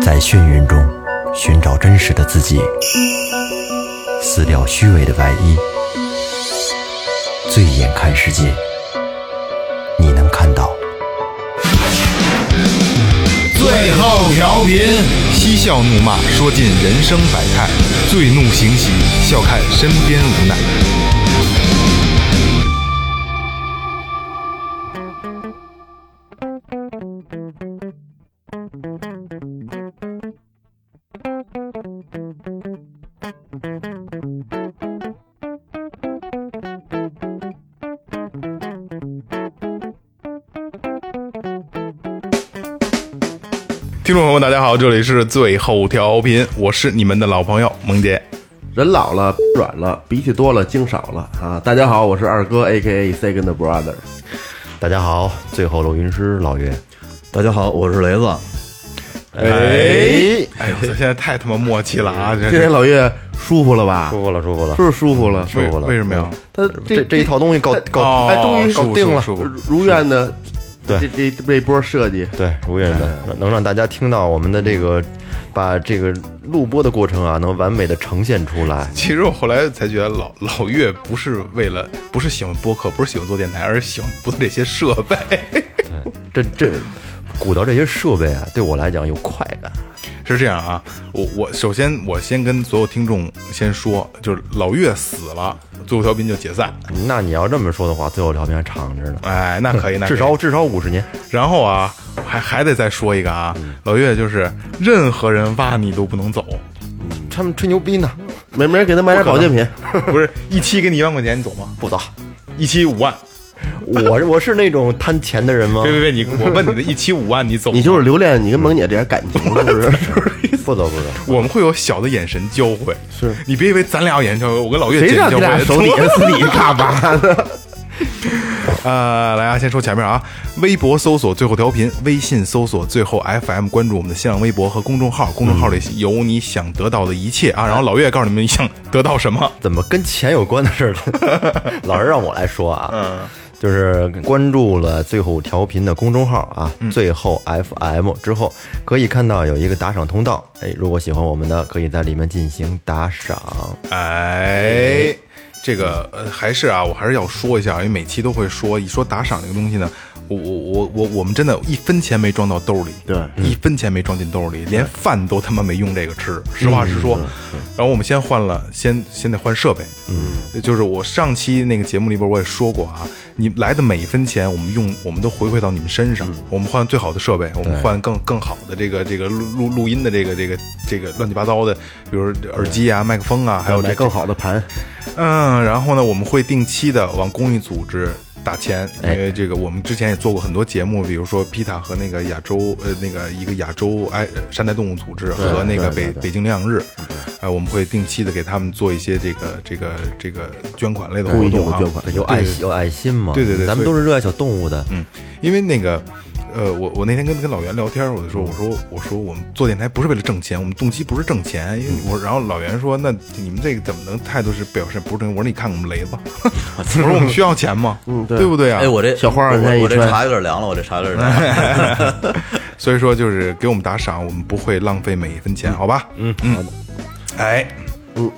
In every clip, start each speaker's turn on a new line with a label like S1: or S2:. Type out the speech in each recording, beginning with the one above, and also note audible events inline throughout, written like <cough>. S1: 在眩晕中寻找真实的自己，撕掉虚伪的外衣，醉眼看世界，你能看到。
S2: 最后调频，
S3: 嬉笑怒骂，说尽人生百态；醉怒行喜，笑看身边无奈。听众朋友们，大家好，这里是最后调频，我是你们的老朋友萌姐。
S4: 人老了，软了，鼻涕多了，精少了啊！大家好，我是二哥，A K A Second Brother。
S1: 大家好，最后录音师老岳，
S5: 大家好，我是雷子。
S3: 哎，哎呦，这现在太他妈默契了啊！这
S4: 今天
S3: 是
S4: 老岳舒服了吧？
S1: 舒服了，哎舒服了
S4: 是。不是舒服了？
S3: 为
S1: 服了
S3: 为什么呀？
S4: 他
S1: 这这一套东西搞搞，
S3: 哦
S4: 哎，终于
S3: 舒服
S4: 搞定了
S3: 舒服舒服，
S4: 如愿的。
S1: 对
S4: 这这这波设计，
S1: 对，如愿的，能让大家听到我们的这个，把这个录播的过程啊，能完美的呈现出来。
S3: 其实我后来才觉得老老岳不是为了不是喜欢播客，不是喜欢做电台，而是喜欢不做这些设备。 <laughs>
S1: 这这，鼓捣这些设备啊，对我来讲有快感。
S3: 是这样啊，我我首先我先跟所有听众先说，就是老岳死了，最后调频就解散。
S1: 那你要这么说的话，最后条片还长着呢，
S3: 哎，那可以，那可以
S1: 至少至少五十年。
S3: 然后啊，还还得再说一个啊，老岳就是任何人挖你都不能走，
S1: 他们吹牛逼呢，
S4: 没没人给他买点保健品，
S3: 不是一期给你一万块钱，你走吗？
S1: 不早。
S3: 一期五万，
S1: 我我是那种贪钱的人吗
S3: 别？别别，你我问你的一期五万，你走吗？
S4: 你就是留恋你跟萌姐这点感情，是不是？
S1: <laughs> 不走不走，
S3: 我们会有小的眼神交汇，是你别以为咱俩有眼神交汇，我跟老岳
S4: 谁让
S3: 交
S4: 你俩
S3: 汇
S4: 手底下是你干嘛呢？
S3: <laughs> 呃，来啊，先说前面啊，微博搜索最后调频，微信搜索最后 FM，关注我们的新浪微博和公众号，公众号里有你想得到的一切啊。然后老岳告诉你们你想得到什么，
S1: 怎么跟钱有关的事
S3: <laughs>
S1: 儿？老师让我来说啊，
S3: 嗯
S1: 就是关注了最后调频的公众号啊，
S3: 嗯
S1: 最后 FM 之后，可以看到有一个打赏通道，哎，如果喜欢我们的，可以在里面进行打赏。
S3: 哎。这个呃，还是啊，我还是要说一下，因为每期都会说，一说打赏这个东西呢，我我我我我们真的一分钱没装到兜里，
S4: 对
S3: 一分钱没装进兜里，连饭都他妈没用这个吃，实话实说。然后我们先换了，先先得换设备，嗯，就是我上期那个节目里边我也说过啊，你来的每一分钱，我们用我们都回馈到你们身上，我们换最好的设备，我们换更更好的这个这个录录录音的这个这个这个乱七八糟的，比如耳机啊、麦克风啊，还有这
S4: 买更好的盘，
S3: 嗯，然后呢，我们会定期的往公益组织打钱，因
S4: 哎
S3: 为这个我们之前也做过很多节目，比如说皮塔和那个亚洲呃那个一个亚洲哎呃山寨动物组织和那个北北京领养日，
S4: 嗯
S3: 哎，我们会定期的给他们做一些这个这个这个捐款类的活
S4: 公益
S3: 动啊
S4: 捐，款，
S1: 有爱有爱心嘛？
S3: 对对对
S1: 咱们都是热爱小动物的。
S3: 嗯，因为那个，呃，我我那天跟跟老袁聊天，我就说，我说我说我们做电台不是为了挣钱，我们动机不是挣钱，因为我然后老袁说，那你们这个怎么能态度是表示不是挣钱？我说你看看我们雷子， <laughs> 我说我们需要钱吗？嗯，对不对啊？
S5: 哎，我这
S4: 小花儿
S5: 我
S4: 你看一
S5: 我这
S4: 穿
S5: 茶有点凉了，我这茶有点凉了。
S3: 所以说就是给我们打赏，我们不会浪费每一分钱，好吧？嗯嗯，哎，
S4: 嗯，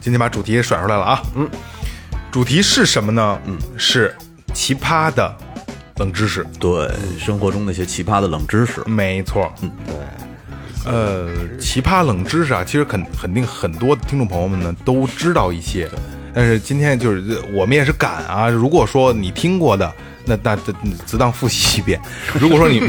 S3: 今天把主题甩出来了啊，嗯，主题是什么呢？嗯，是奇葩的冷知识。
S5: 对，生活中那些奇葩的冷知识，
S3: 没错，嗯，对，呃，奇葩冷知识啊，其实肯肯定很多听众朋友们呢都知道一些，但是今天就是我们也是赶啊，如果说你听过的。那那那只当复习一 <laughs> 遍。如果说你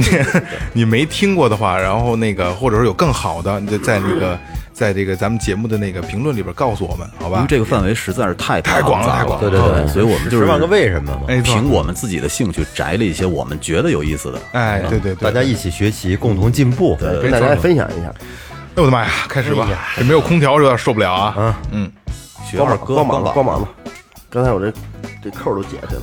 S3: 你没听过的话，然后那个或者是有更好的，你就在那个在这个咱们节目的那个评论里边告诉我们，好
S5: 因
S3: 吧
S5: 为？这个范围实在是太
S3: 太广了
S5: 了，
S3: 太广了
S5: 对对对，
S1: 嗯
S5: 所以我们就
S1: 十
S5: 是
S1: 万个为什么嘛？
S3: 没错
S5: 凭我们自己的兴趣摘了一些我们觉得有意思的。
S3: 哎，对对对，
S1: 大家一起学习，共同进步。对
S4: 跟大家分享一下。
S3: 哎我的妈呀，开始吧，这没有空调有点受不了啊。嗯，
S5: 学
S4: 光
S5: 二
S4: 膀
S5: 哥，
S4: 光膀子，
S5: 膀
S4: 光膀子。刚才我这这扣儿都解开了，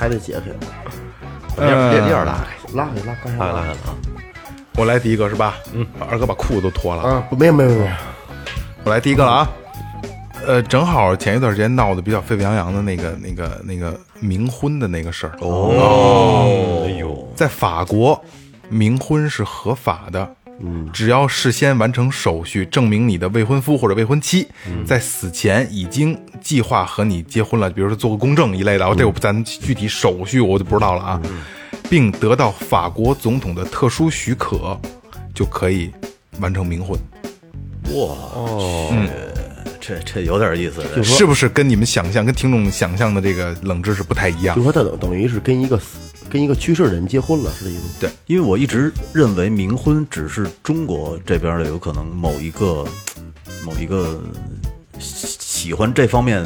S4: 还得解开，
S3: 呃
S1: 链儿拉开，
S4: 拉开拉开拉开。
S3: 我来第一个是吧？嗯，二哥把裤子都脱了。
S4: 啊，没有没有没有，
S3: 我来第一个了啊，呃，正好前一段时间闹得比较沸沸扬扬的那个、那个、那个冥婚的那个事儿。哦，哎呦，在法国，冥婚是合法的，只要事先完成手续，证明你的未婚夫或者未婚妻在死前已经计划和你结婚了，比如说做个公证一类的，啊这我不咱具体手续我就不知道了啊，并得到法国总统的特殊许可，就可以完成冥婚，
S5: 这这有点意思。这
S3: 是不是跟你们想象、跟听众想象的这个冷知识不太一样
S4: 就？说他等等于是跟一个死跟一个去世的人结婚了，是这意思吗？
S5: 因为我一直认为冥婚只是中国这边的有可能某一个某一个喜喜欢这方面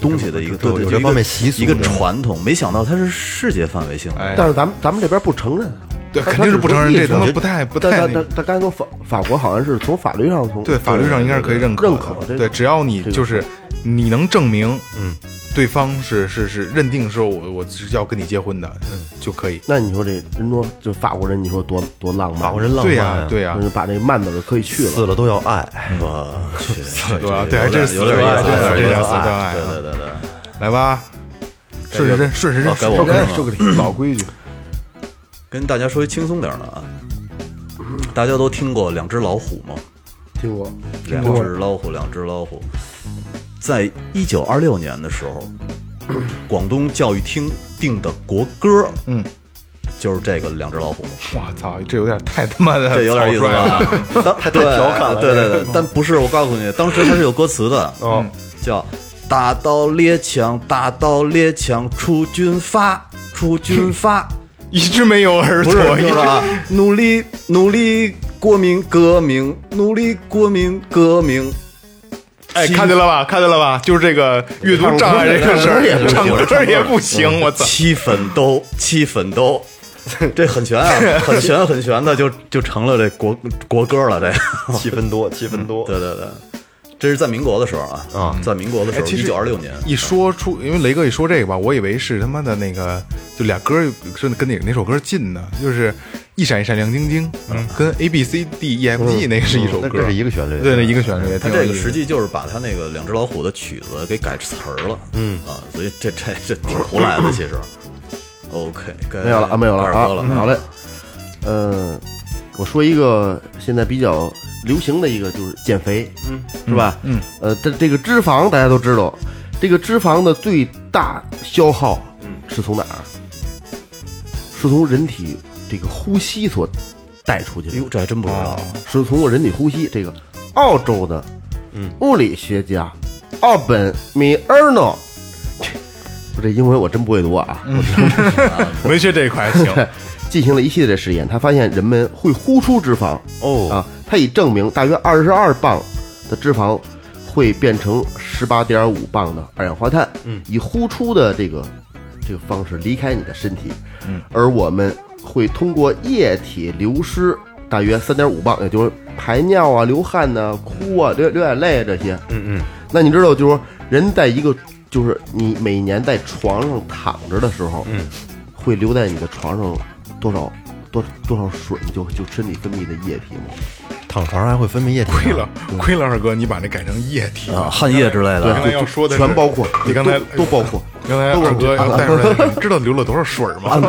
S5: 东西的一个对对
S1: 有这
S5: 对一个
S1: 方面习俗
S5: 一个
S1: 的
S5: 传统，没想到它是世界范围性的。
S3: 哎
S4: 但是咱们咱们这边不承认啊，
S3: 对
S4: 他
S3: 肯定是不承认
S4: 他
S3: 这
S4: 只
S3: 他妈
S4: 说意思
S3: 不太不太
S4: 但
S3: 那
S4: 但
S3: 个
S4: 但刚才说法法国好像是从法律上从
S3: 对，法律上应该是可以认
S4: 认
S3: 可的，
S4: 可这个
S3: 对，只要你就是你能证明，嗯，对方是是是认定说我我是要跟你结婚的，嗯，就可以。
S4: 那你说这人说就法国人，你说多多浪漫，
S1: 法国人浪
S3: 对
S1: 漫
S3: 呀、
S1: 啊，
S3: 对呀、嗯
S4: 就是把这慢字儿可以去了。
S1: 死了都要爱，
S5: 我去，
S3: 对啊对还真
S5: 这
S3: 是
S5: 有点有点意思，
S3: 死
S5: 有
S3: 对啊
S5: 点意思
S3: 死对啊
S5: 对对对对对。
S3: 来吧，顺时针，顺时针，
S5: 哦该我了
S3: 说个老规矩，
S5: 跟大家说一轻松点儿的啊，大家都听过两只老虎吗？
S4: 听过
S5: 两只老虎，两只老虎。在一九二六年的时候，广东教育厅定的国歌，
S3: 嗯，
S5: 就是这个两只老虎，
S3: 我操，这有点太他妈的，
S5: 这有点意思吧？ <laughs>
S3: 了。
S5: 太太调侃了，对对对，但不是，我告诉你，当时它是有歌词的，
S1: 哦，
S5: 叫“打到列强，打到列强，出军发，出军发”。
S3: 一直没有耳
S5: 不
S3: 朵
S5: 是，，
S3: 一直
S5: 就是啊，努力努力国民革命，努力国民革命。
S3: 哎，看见了吧，看见了吧，就是这个阅读障碍这个事儿，唱歌也不行，我操！
S5: 七粉兜，七
S3: <laughs>
S5: 粉兜，这很悬啊，很悬很悬的，就就成了这国国歌了。这，
S1: 七分多，七分多，
S5: <laughs> 对对对，这是在民国的时候啊，
S1: 啊
S5: 在民国的时候，
S3: 哎其
S5: 一
S3: 实
S5: 九二六年，
S3: 一说出，因为雷哥一说这个吧，我以为是他妈的那个，就俩歌儿是跟哪哪首歌近呢？就是一闪一闪亮晶晶，跟 A B C D E F G 那个是一首
S1: 嗯那
S3: 歌，
S1: 这是一个旋律，
S3: 对，那一个旋律也
S5: 他
S3: 挺有
S5: 这
S3: 意思的。
S5: 个实际就是把他那个两只老虎的曲子给改词儿了，嗯啊，所以这这这挺胡来的，其
S3: <laughs>
S5: 实。OK，该
S4: 没有了啊？没有了
S5: 该二哥
S4: 啊？好嘞，嗯，我说一个现在比较流行的一个就是减肥，嗯，是吧？嗯，呃，这这个脂肪大家都知道，这个脂肪的最大消耗是从哪儿？是从人体这个呼吸所带出去的
S5: 哎。呦，这还真不知道。
S4: 是通过人体呼吸。这个澳洲的物理学家奥本米尔诺，这这英文我真不会读啊，
S3: 文学这一块还行，
S4: <laughs> 进行了一系列的实验，他发现人们会呼出脂肪
S1: 哦
S4: 啊，他已证明大约二十二磅的脂肪会变成十八点五磅的二氧化碳，嗯，以呼出的这个这个方式离开你的身体，嗯，而我们会通过液体流失大约三点五磅，也就是排尿啊、流汗呐、哭啊、流流眼泪啊这些，嗯嗯，那你知道就是说人在一个就是你每年在床上躺着的时候，嗯。会留在你的床上多少多多少水，你就就身体分泌的液体吗？
S1: 躺床上还会分泌液体，
S3: 亏了亏了，二哥，你把那改成液体
S5: 啊，汗液之类的，
S3: 刚才要说的是
S4: 全包括，
S3: 你刚才
S4: 都都包括。
S3: 刚才二哥要带出来，你知道流了多少水吗？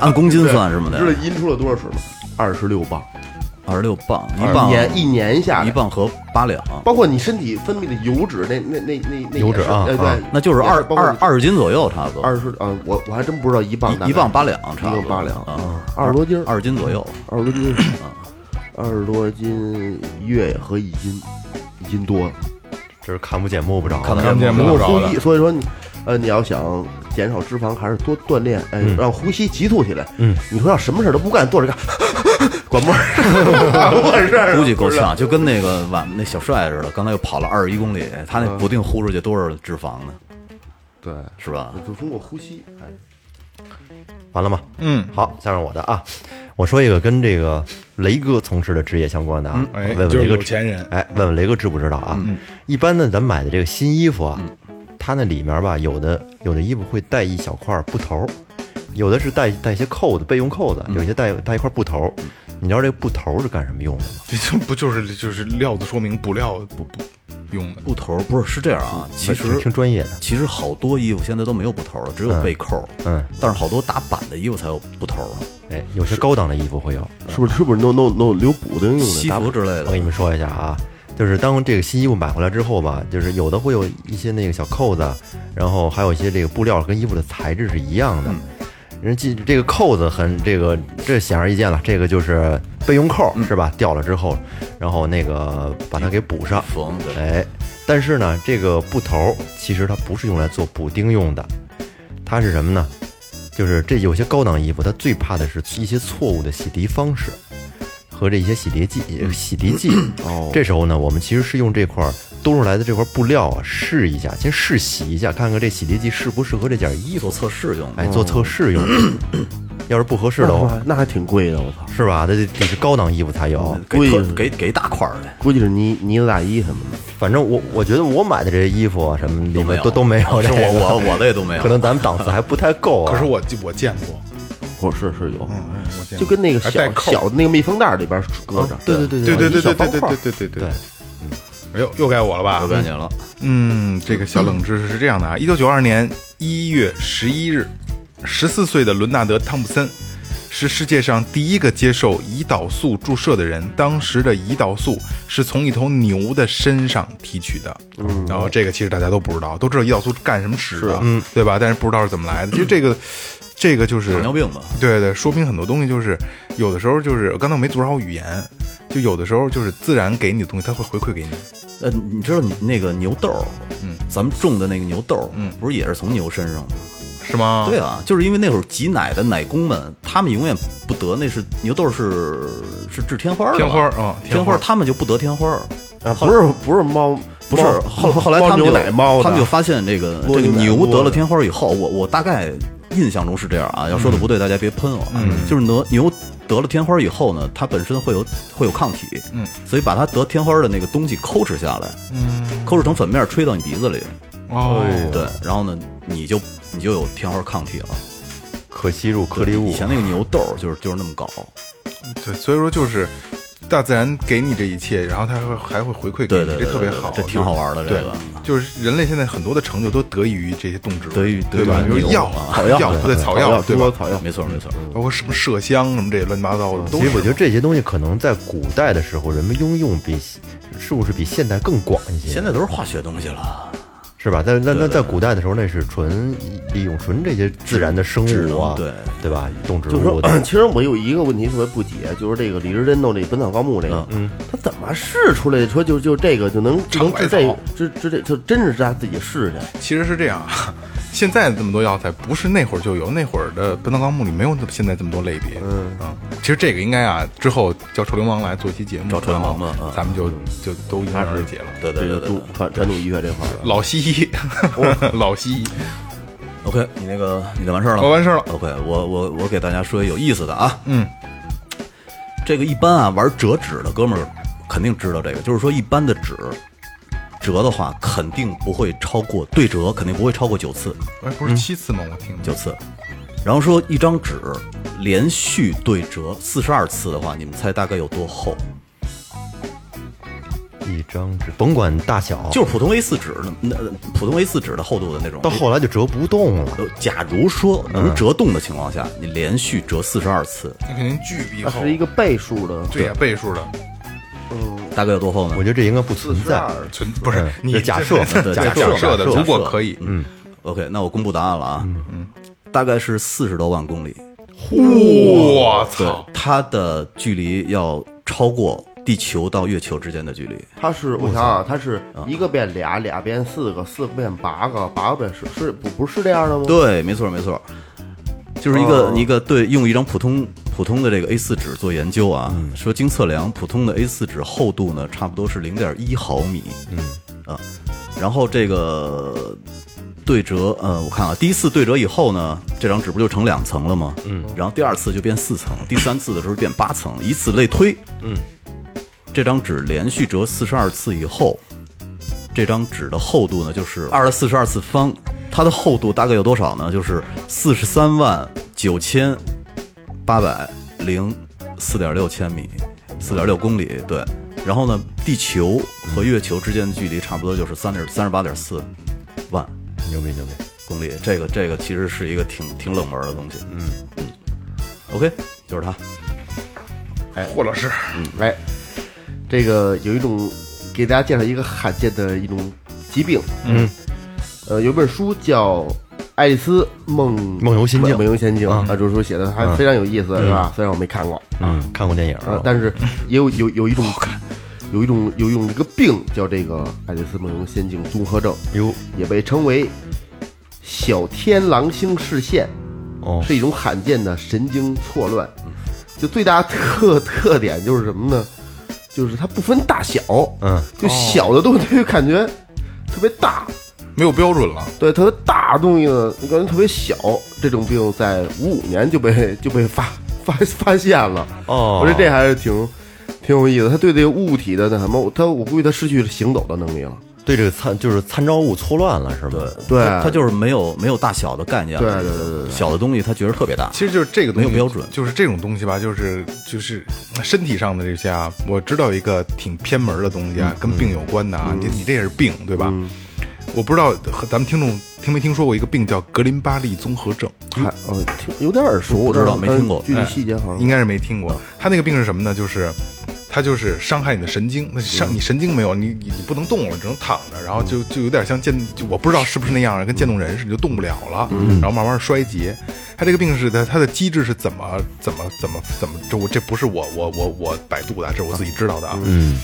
S5: 按公斤算是吗？
S4: 你知道阴出了多少水吗？二十六磅，
S5: 二十六磅，一
S4: 一
S5: 磅
S4: 年一年下
S5: 一
S4: 来，
S5: 磅和八两，
S4: 包括你身体分泌的油脂，那那那那那
S1: 油脂啊
S4: 也是
S1: 啊
S4: 哎对，
S5: 那就是二
S4: 也包括
S5: 二二十斤左右，差不多。
S4: 二十啊，我我还真不知道一磅大概
S5: 一一磅八两，
S4: 一
S5: 差
S4: 磅
S5: 不多
S4: 八两嗯
S5: 啊，
S4: 二十多斤儿，
S5: 二十斤左右。
S4: 二十多斤啊，二十多斤一月也合一斤，一斤多。
S1: 这是看不见摸不着的，
S5: 看不见
S3: 看不见
S4: 通
S3: 摸
S4: 过
S3: 不着
S4: 嗯呼
S3: 的
S4: 吸，，所以说你，呃，你要想减少脂肪，还是多锻炼，哎，让呼吸急促起来。嗯，你说要什么事儿都不干，坐着干， <laughs> 管不着， <laughs> 管啊不着
S5: 估计够呛，就跟那个晚那小帅似的，刚才又跑了二十一公里，他那不定呼出去多少脂肪呢，
S4: 嗯对，
S5: 是吧？
S4: 就通过呼吸，哎，
S1: 完了吗？
S3: 嗯，
S1: 好，下面我的啊，我说一个跟这个雷哥从事的职业相关的啊，
S3: 哎就
S1: 问问
S3: 是
S1: 雷哥
S3: 有钱人嗯
S1: 哎，问问雷哥知不知道啊？一般呢，咱买的这个新衣服啊，它那里面吧，有的有的衣服会带一小块布头儿，有的是带带一些扣子、备用扣子，
S3: 嗯
S1: 有些带带一块布头儿。你知道这个布头儿是干什么用的吗？
S3: 这不就是就是料子说明布料不不用的。
S5: 布头儿不是是这样啊，
S4: 嗯
S5: 其实
S1: 挺专业的
S5: 其实好多衣服现在都没有布头了，只有背扣。
S1: 嗯，
S5: 但是好多打板的衣服才有布头儿，啊
S1: 哎，有些高档的衣服会有。
S4: 是不是是不是弄弄弄留补丁用
S5: 西
S4: 的？
S5: 服之类的。
S1: 我跟你们说一下啊，就是当这个新衣服买回来之后吧，就是有的会有一些那个小扣子，然后还有一些这个布料跟衣服的材质是一样的。人家记这个扣子很这个这显而易见了，这个就是备用扣是吧？掉了之后，然后那个把它给补上。
S5: 缝对，
S1: 哎，但是呢，这个布头儿其实它不是用来做补丁用的，它是什么呢？就是这有些高档衣服，它最怕的是一些错误的洗涤方式和这一些洗涤剂、洗涤剂。
S5: 哦
S1: 这时候呢，我们其实是用这块儿多出来的这块布料啊，试一下，先试洗一下，看看这洗涤剂适不适合这件衣服
S5: 做，测试用的。
S1: 哎，做测试用。
S5: <coughs>
S1: 要是不合适
S4: 那
S1: 的话，
S4: 还那还挺贵的，我操！
S1: 是吧？那得得是高档衣服才有。
S5: 给
S4: 贵
S5: 特给给大块儿的，
S4: 估计是呢呢子大衣什么的。
S1: 反正我我觉得我买的这些衣服啊，什么里
S5: 没
S1: 面
S5: 有
S1: 都都没有这
S5: 是
S1: 个。
S5: 我我我的也都没有。
S1: 可能咱们档次还不太够啊。
S3: 可是我我见过，
S4: 哦，是是有，
S3: 嗯我见过
S4: 就跟那个
S3: 还带
S4: 小
S3: 扣
S4: 小的那个密封袋里边搁着。
S1: 对对对
S3: 对对对对对对
S4: 小方块
S3: 对对对对对。哎呦，又该我了吧？
S5: 有感觉了，
S3: 嗯，这个小冷知识是这样的啊，一九九二年一月十一日，十四岁的伦纳德·汤普森是世界上第一个接受胰岛素注射的人。当时的胰岛素是从一头牛的身上提取的，嗯，然后这个其实大家都不知道，都知道胰岛素干什么使的，嗯，对吧？但是不知道是怎么来的。其实这个，这个就是
S5: 糖尿病吧。
S3: 对对，说明很多东西就是有的时候就是呃刚才我没组织好语言，就有的时候就是自然给你的东西，它会回馈给你。
S5: 呃，你知道你那个牛豆，嗯，咱们种的那个牛豆，嗯，不是也是从牛身上吗？
S3: 是吗？
S5: 对啊，就是因为那会儿挤奶的奶工们，他们永远不得那是牛豆是是治天花的吧，
S3: 天花儿啊天
S5: 天
S3: 花儿
S5: 花儿他们就不得天花儿，
S4: 啊，不是不是猫，
S5: 不是
S4: 猫
S5: 后后来他
S4: 猫
S5: 们就
S4: 牛奶猫的，
S5: 他们就发现这个
S4: 蜗
S5: 这个
S4: 牛奶
S5: 牛
S4: 蜗
S5: 得了
S4: 的
S5: 天花以后，我我大概印象中是这样啊，要说的不对大家别喷我啊，就是牛牛得了天花以后呢，它本身会有会有抗体，
S3: 嗯，
S5: 所以把它得天花的那个东西抠哧下来，嗯，抠哧成粉面吹到你鼻子里，
S3: 哦，
S5: 对，然后呢你就你就有天花抗体了。
S1: 可吸入颗粒
S5: 以
S1: 物，
S5: 前那个牛痘就是就是那么搞，
S3: 对，所以说就是大自然给你这一切，然后它还会还会回馈给
S5: 对
S3: 你，
S5: 对，对
S3: 这特别
S5: 对对
S3: 好，
S5: 这挺好啊玩的
S3: 就
S5: 这
S3: 对
S5: 个。，
S3: 就是人类现在很多的成就都得益于这些动植物，
S5: 得益于
S3: 对
S5: 得
S3: 吧
S5: 益？于
S3: 比如
S5: 牛
S3: 药、
S5: 啊 <laughs>
S3: 草药，对草药，嗯对
S4: 中国
S3: 吧？
S4: 草药，
S5: 没错没错，
S3: 包括什么麝香什么这些乱七八
S5: 嗯
S3: 糟的，都
S1: 其实我觉
S3: 是
S1: 得这些东西可能在古代的时候，人们应用比是不是比现代更广一些？
S5: 现在都是化学东西了，
S1: 是吧？但那那在古代的时候，那是纯利用纯这些自然的生物啊，
S5: 智能
S1: 对吧？动植
S4: 就是
S1: 物
S4: 说
S1: 的，，
S4: 嗯其实我有一个问题特别不解，就是这个李时珍弄这《本草纲目》这个，嗯，他怎么试出来说就就这个就能就能治
S3: 尝百
S4: 这
S3: 草
S4: 治治这就真是他自己试去，
S3: 其实是这样啊。 <laughs> 现在这么多药材不是那会儿就有，那会儿的《本草纲目》里没有这么现在这么多类别。嗯啊，其实这个应该啊，之后叫臭流氓来做一期节目，
S5: 找臭流
S3: 然
S5: 氓
S3: 后
S5: 吧啊
S3: 咱们就就都迎刃而解了。
S5: 对对
S4: 这
S5: 对
S4: 个
S5: 对对
S4: 中。传传统医学这块儿了。
S3: 老西医， <laughs> 老西医，
S5: OK，你那个你的完事儿了吗？
S3: 我完事儿了
S5: OK，我我我给大家说一有意思的啊，
S3: 嗯，
S5: 这个一般啊玩折纸的哥们儿肯定知道这个，就是说一般的纸折的话，肯定不会超过对折，肯定不会超过九次，
S3: 哎，不是七次吗？我听
S5: 九次。然后说一张纸连续对折四十二次的话，你们猜大概有多厚？
S3: 哦
S1: 一张纸，甭管大小，
S5: 就是普通 A 4纸那那普通 A 4纸的厚度的那种
S1: 到。后来就折不动了。
S5: 呃假如说能折动的情况下，你连续折四十二次，
S3: 那肯定巨逼
S4: 它
S3: 厚
S4: 是，一个倍数的，
S3: 对呀，倍数的。
S5: 大概有多厚呢
S1: 我？觉得这应该不存在，
S3: 存不是
S1: 嗯
S3: 你
S1: 这假设
S3: 这
S5: 对
S3: 假
S5: 假设
S3: 设的，
S5: 假设
S3: 如果可以，嗯，
S5: OK，那我公布答案了啊，嗯大概是四十多万公里，
S3: 我
S5: 对
S3: 操，，
S5: 它的距离要超过地球到月球之间的距离，
S4: 它是我想啊，它是一个变俩，俩变四个，四个变八个，八个变十，是不不是这样的吗？
S5: 对，没错没错，就是一个、一个对用一张普通普通的这个 A 4纸做研究啊，说经测量，普通的 A 4纸厚度呢差不多是零点一毫米，嗯啊，然后这个对折，呃，我看啊，第一次对折以后呢，这张纸不就成两层了吗？嗯，然后第二次就变四层，第三次的时候变八层，以此类推，嗯，这张纸连续折四十二次以后，这张纸的厚度呢，就是二的四十二次方，它的厚度大概有多少呢？就是四十三万九千八百零四点六千米，四点六公里。对，然后呢，地球和月球之间的距离差不多就是三点三十八点四万
S1: 牛逼牛逼，
S5: 公里。这个这个其实是一个挺挺冷门的东西。嗯嗯，OK，就是它。
S3: 霍老师，
S4: 哎，这个有一种给大家介绍一个罕见的一种疾病，嗯，呃，有本书叫《爱丽丝梦
S1: 梦游仙境
S4: 梦游仙境》啊，这书写的还非常有意思，是吧？虽然我没看过，
S1: 嗯，看过电影，
S4: 啊，但是也有有有一种有一种有一种这个病叫这个爱丽丝梦游仙境综合症，
S1: 哟
S4: 也被称为小天狼星视线，
S1: 哦
S4: 是一种罕见的神经错乱。就最大特特点就是什么呢？就是它不分大小，
S1: 嗯，
S4: 就小的东西就感觉特别大，
S3: 没有标准了，
S4: 对，特别大的东西呢，就感觉特别小。这种病在五五年就被 <laughs> 就被发发发现了。
S1: 哦
S4: 我觉得这还是挺挺有意思。他对这个物体的那什么，他我估计他失去了行走的能力了。
S1: 对这个参就是参照物错乱了是吧？
S4: 对，
S5: 它它就是没有没有大小的概念了。
S4: 对对对对对
S5: 小的东西它觉得特别大。
S3: 其实就是这个东西
S5: 没有标准
S3: 就是这种东西吧，就是就是身体上的这些啊，我知道一个挺偏门的东西
S5: 嗯
S3: 啊，跟病有关的啊，你你这也是病对吧？我不知道和咱们听众听没听说过一个病叫格林巴利综合症，
S4: 还哦，挺有点耳熟，
S5: 不知道没
S4: 但是
S5: 听过哎
S4: 具体细节好像
S3: 应该是没听过。他那个病是什么呢？就是他就是伤害你的神经，那伤你神经没有，你你你不能动了，只能躺着，然后就就有点像渐，就我不知道是不是那样，跟渐冻人似的，就动不了了，然后慢慢衰竭。他这个病是他他的机制是怎么怎么怎么怎么，这我这不是我我我我百度的，这是我自己知道的啊。嗯。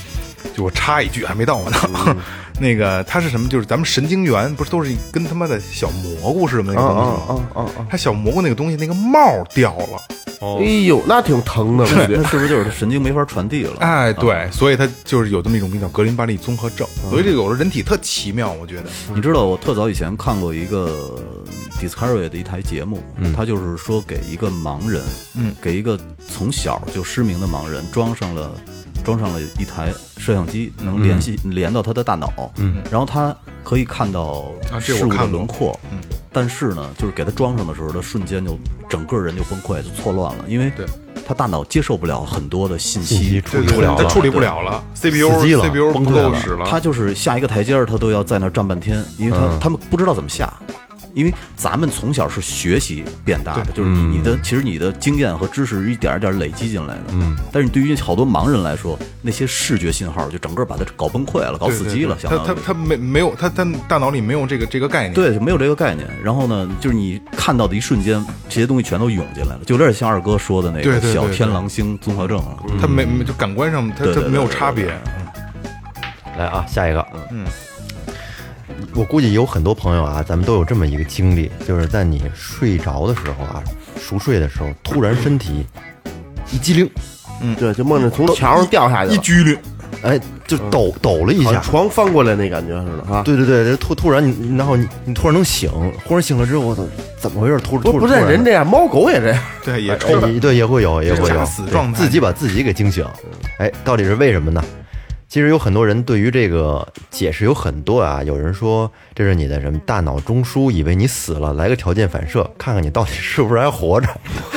S3: 就我插一句，还没到我呢。 <laughs> 那个它是什么？就是咱们神经元不是都是跟他妈的小蘑菇似的那个东西吗？
S4: 哦
S3: 它小蘑菇那个东西那个帽儿掉了，
S4: 哦，哎呦，那挺疼的，我觉
S5: 那
S4: 得。
S5: 是不是就是神经没法传递了？ <laughs>
S3: 哎，对，所以它就是有这么一种病叫格林巴利综合症，所以这个有时候人体特奇妙，我觉得。
S5: 你知道，我特早以前看过一个 Discovery 的一台节目，他就是说给一个盲人，嗯，给一个从小就失明的盲人装上了装上了一台摄像机，能联系、连到他的大脑，嗯，然后他可以看到
S3: 啊这
S5: 事
S3: 我
S5: 物
S3: 看过
S5: 的轮廓，嗯。但是呢，就是给他装上的时候，他瞬间就整个人就崩溃，就错乱了，因为
S3: 对
S5: 他大脑接受不了很多的信
S1: 信息
S5: 息，
S1: 处理不了
S3: 它
S1: 了
S3: 处理不了了，CPU
S1: 死机了
S3: CPU
S1: 崩
S3: 不
S1: 溃
S3: 够
S1: 了
S3: 使了。嗯
S5: 他就是下一个台阶儿，他都要在那儿站半天，因为他、他们不知道怎么下。因为咱们从小是学习变大的，就是你
S3: 嗯
S5: 你的、其实你的经验和知识一点儿一点儿累积进来的。嗯，但是对于好多盲人来说，那些视觉信号就整个把他搞崩溃了，搞
S3: 对
S5: 死机了，
S3: 对
S5: 相
S3: 对
S5: 当于
S3: 他他他没没有他他大脑里没有这个这个概念。
S5: 对，就没有这个概念。然后呢，就是你看到的一瞬间，这些东西全都涌进来了，就有点像二哥说的那
S3: 对对
S5: 个
S3: 对
S5: 小
S3: 对
S5: 天狼星综合症啊。
S3: 他没没就感官上他
S5: 对
S3: 他
S5: 对对
S3: 没有差别。
S1: 来啊，下一个，嗯，我估计有很多朋友啊，咱们都有这么一个经历，就是在你睡着的时候啊，熟睡的时候，突然身体一激灵，
S4: 对，就梦着从桥上掉下去
S3: 一
S4: 了，
S3: 拘灵，
S1: 哎，就抖抖了一
S4: 好像
S1: 下，
S4: 床翻过嗯来那感觉似的啊。
S1: 对对对，就突突然你，然后你你突然能醒，忽然醒了之后，我操，怎么回事？突
S4: 不
S1: 突
S4: 不是
S1: 突然
S4: 人这样，猫狗也这样。
S3: 对，也抽
S1: 哎，对，也会有，也会
S3: 这
S1: 有
S3: 假死状态
S1: 自己把自己给惊醒。哎，到底是为什么呢？其实有很多人对于这个解释有很多啊，有人说这是你的什么大脑中枢，以为你死了，来个条件反射，看看你到底是不是还活着。
S3: 嗯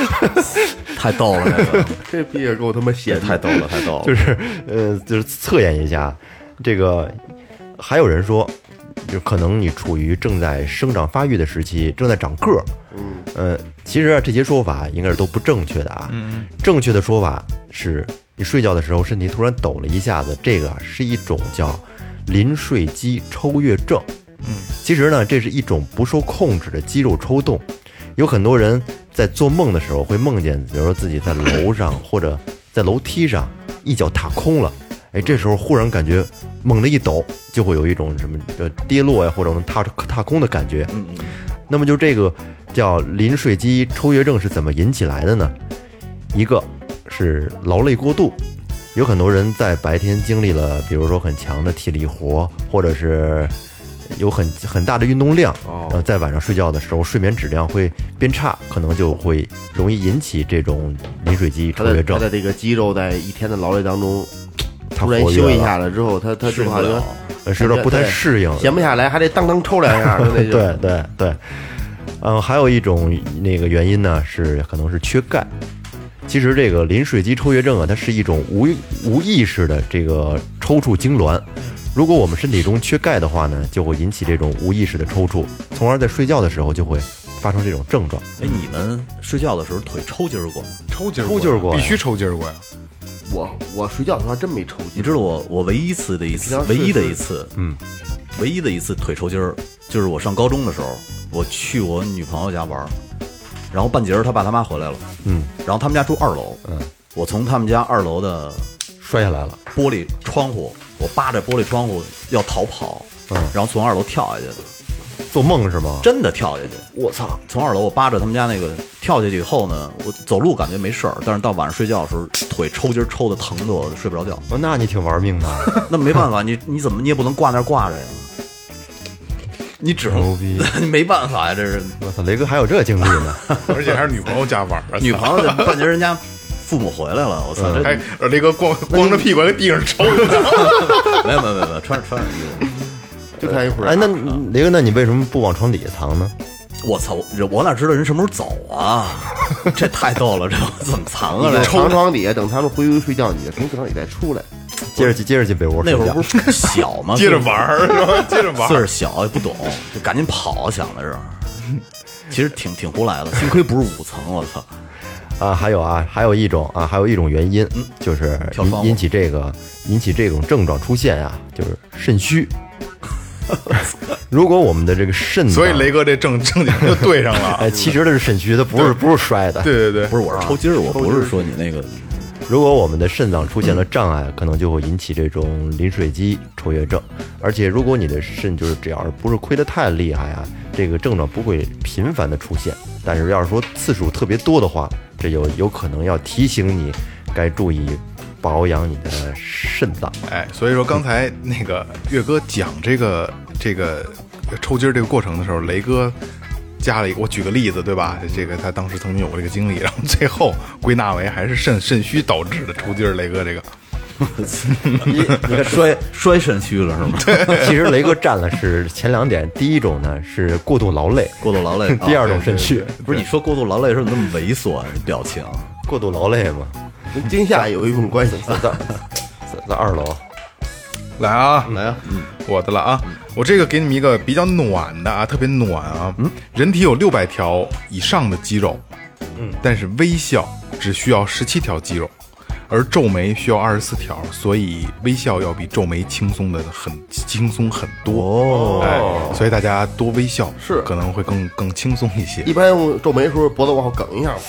S5: 太逗了，
S3: <laughs>
S5: 那个
S4: <laughs> 这逼也够他妈闲
S5: 也
S4: 的，
S5: 太逗了，太逗了。
S1: 就是呃，就是测验一下这个。还有人说，就可能你处于正在生长发育的时期，正在长个儿。嗯，呃，其实、啊、这些说法应该是都不正确的啊。嗯，正确的说法是你睡觉的时候身体突然抖了一下子，这个啊是一种叫临睡肌抽跃症。其实呢，这是一种不受控制的肌肉抽动。有很多人在做梦的时候会梦见，比如说自己在楼上或者在楼梯上一脚踏空了，哎，这时候忽然感觉猛地一抖，就会有一种什么呃跌落呀，或者我们踏踏空的感觉。嗯那么就这个叫临睡肌抽跃症是怎么引起来的呢？一个是劳累过度，有很多人在白天经历了，比如说很强的体力活，或者是有很很大的运动量，
S4: 哦
S1: 呃，在晚上睡觉的时候，睡眠质量会变差，可能就会容易引起这种临睡肌
S4: 他
S1: 抽
S4: 的
S1: 跃
S4: 他
S1: 症。
S4: 的这个肌肉在一天的劳累当中，
S1: 它
S4: 突然
S1: 活跃
S4: 休一
S1: 了
S4: 下了之后，他他就好
S5: 适
S4: 像
S5: 应不了
S1: 呃是有点不太适应，
S4: 闲不下来，还得当当抽两下，那就
S1: <laughs> 对对对，嗯，还有一种那个原因呢，是可能是缺钙。其实这个临睡肌抽跃症啊，它是一种无无意识的这个抽搐痉挛。如果我们身体中缺钙的话呢，就会引起这种无意识的抽搐，从而在睡觉的时候就会发生这种症状。
S5: 哎，你们睡觉的时候腿抽筋儿过吗？
S3: 抽筋儿
S1: 抽筋儿过呀
S3: 必须抽筋儿过呀！
S4: 我我睡觉的时候还真没抽
S5: 你
S4: 筋，
S5: 知道我我唯一一次的一次
S4: 平常
S5: 唯
S4: 睡
S5: 一的
S4: 是
S5: 一次，
S1: 嗯，
S5: 唯一的一次腿抽筋儿，就是我上高中的时候，我去我女朋友家玩儿，然后半截儿她爸他妈回来了，
S1: 嗯，
S5: 然后他们家住二楼，嗯，我从他们家二楼的
S1: 摔下来了，
S5: 玻璃窗户，我扒着玻璃窗户要逃跑，嗯，然后从二楼跳下去的，
S1: 做梦是吗？
S5: 真的跳下去，
S1: 我操！
S5: 从二楼我扒着他们家那个跳下去以后呢，我走路感觉没事儿，但是到晚上睡觉的时候，腿抽筋儿抽的疼的我睡不着觉。
S1: 哦，那你挺玩命的，
S5: 那没办法，你你怎么你也不能挂那儿挂着呀？你只能
S1: 牛逼！
S5: <laughs> 没办法呀，这是
S1: 我操，雷哥还有这经历呢，
S3: <laughs> 而且还是女朋友家玩儿，啊
S5: 女朋友的半截人家父母回来了，我操，这
S3: 还哎呃雷哥光光着屁股在地上抽，
S5: 没有没有没有没有，穿着穿着衣
S4: 就看一会儿。啊
S1: 哎，那雷哥，那你为什么不往床底下藏呢？
S5: 服，我操，我我哪知道人什么时候走啊？这太逗了，这我怎么藏啊？
S4: 你
S5: 这
S4: 藏床底下，等他们回屋睡觉，你就从床底下出来。
S1: 接着接着进被窝睡
S5: 那
S1: 觉。
S5: 会儿不是小吗？
S3: 接着玩儿，是吧接着玩
S5: <laughs> 岁
S3: 儿。
S5: 数小也不懂，就赶紧跑，啊想的是，其实挺挺胡来的，幸亏不是五层，我操，
S1: 啊，还有啊，还有一种啊，还有一种原因，就是
S5: 跳窗
S1: 引
S5: 户
S1: 引起这个引起这种症状出现啊，就是肾虚。 <laughs> 如果我们的这个肾，
S3: 所以雷，哥这正正经就对上了
S1: <laughs> 哎，。其实它是肾虚，它不是不是摔的。
S3: 对，对对，
S5: 不是我是抽筋儿，我不是说你那个，
S1: 如果我们的肾脏出现了障碍，可能就会引起这种临水肌抽跃症。而且，如果你的肾就是只要是不是亏得太厉害啊，这个症状不会频繁的出现。但是要是说次数特别多的话，这有有可能要提醒你该注意保养你的肾脏。
S3: 哎，所以说刚才那个岳哥讲这个这个抽筋儿这个过程的时候，雷哥加了一个，我举个例子，对吧？这个他当时曾经有过这个经历，然后最后归纳为还是肾肾虚导致的抽筋儿。雷哥这个，
S5: 你你看摔摔肾虚了是吗？
S1: 其实雷哥占了是前两点，第一种呢是过度劳累，
S5: 过度劳
S1: <laughs>
S5: 累。
S1: 第二
S5: 啊
S1: 种肾虚。
S5: 不是你说过度劳累的时候怎么那么猥琐 <coughs> 啊？你表情，
S1: 过度劳累嘛，
S4: 跟惊 <laughs> 吓有一部分关系。
S1: 在在二楼，
S3: 来啊，
S4: 来啊，
S3: 我的了啊，我这个给你们一个比较暖的啊，特别暖啊。人体有六百条以上的肌肉，嗯，但是微笑只需要十七条肌肉，而皱眉需要二十四条，所以微笑要比皱眉轻松的很，轻松很多。哦，所以大家多微笑
S4: 是
S3: 可能会更更轻松一些
S4: 一。般我皱眉的时候脖子往后梗一
S1: <laughs>
S4: 下嘛，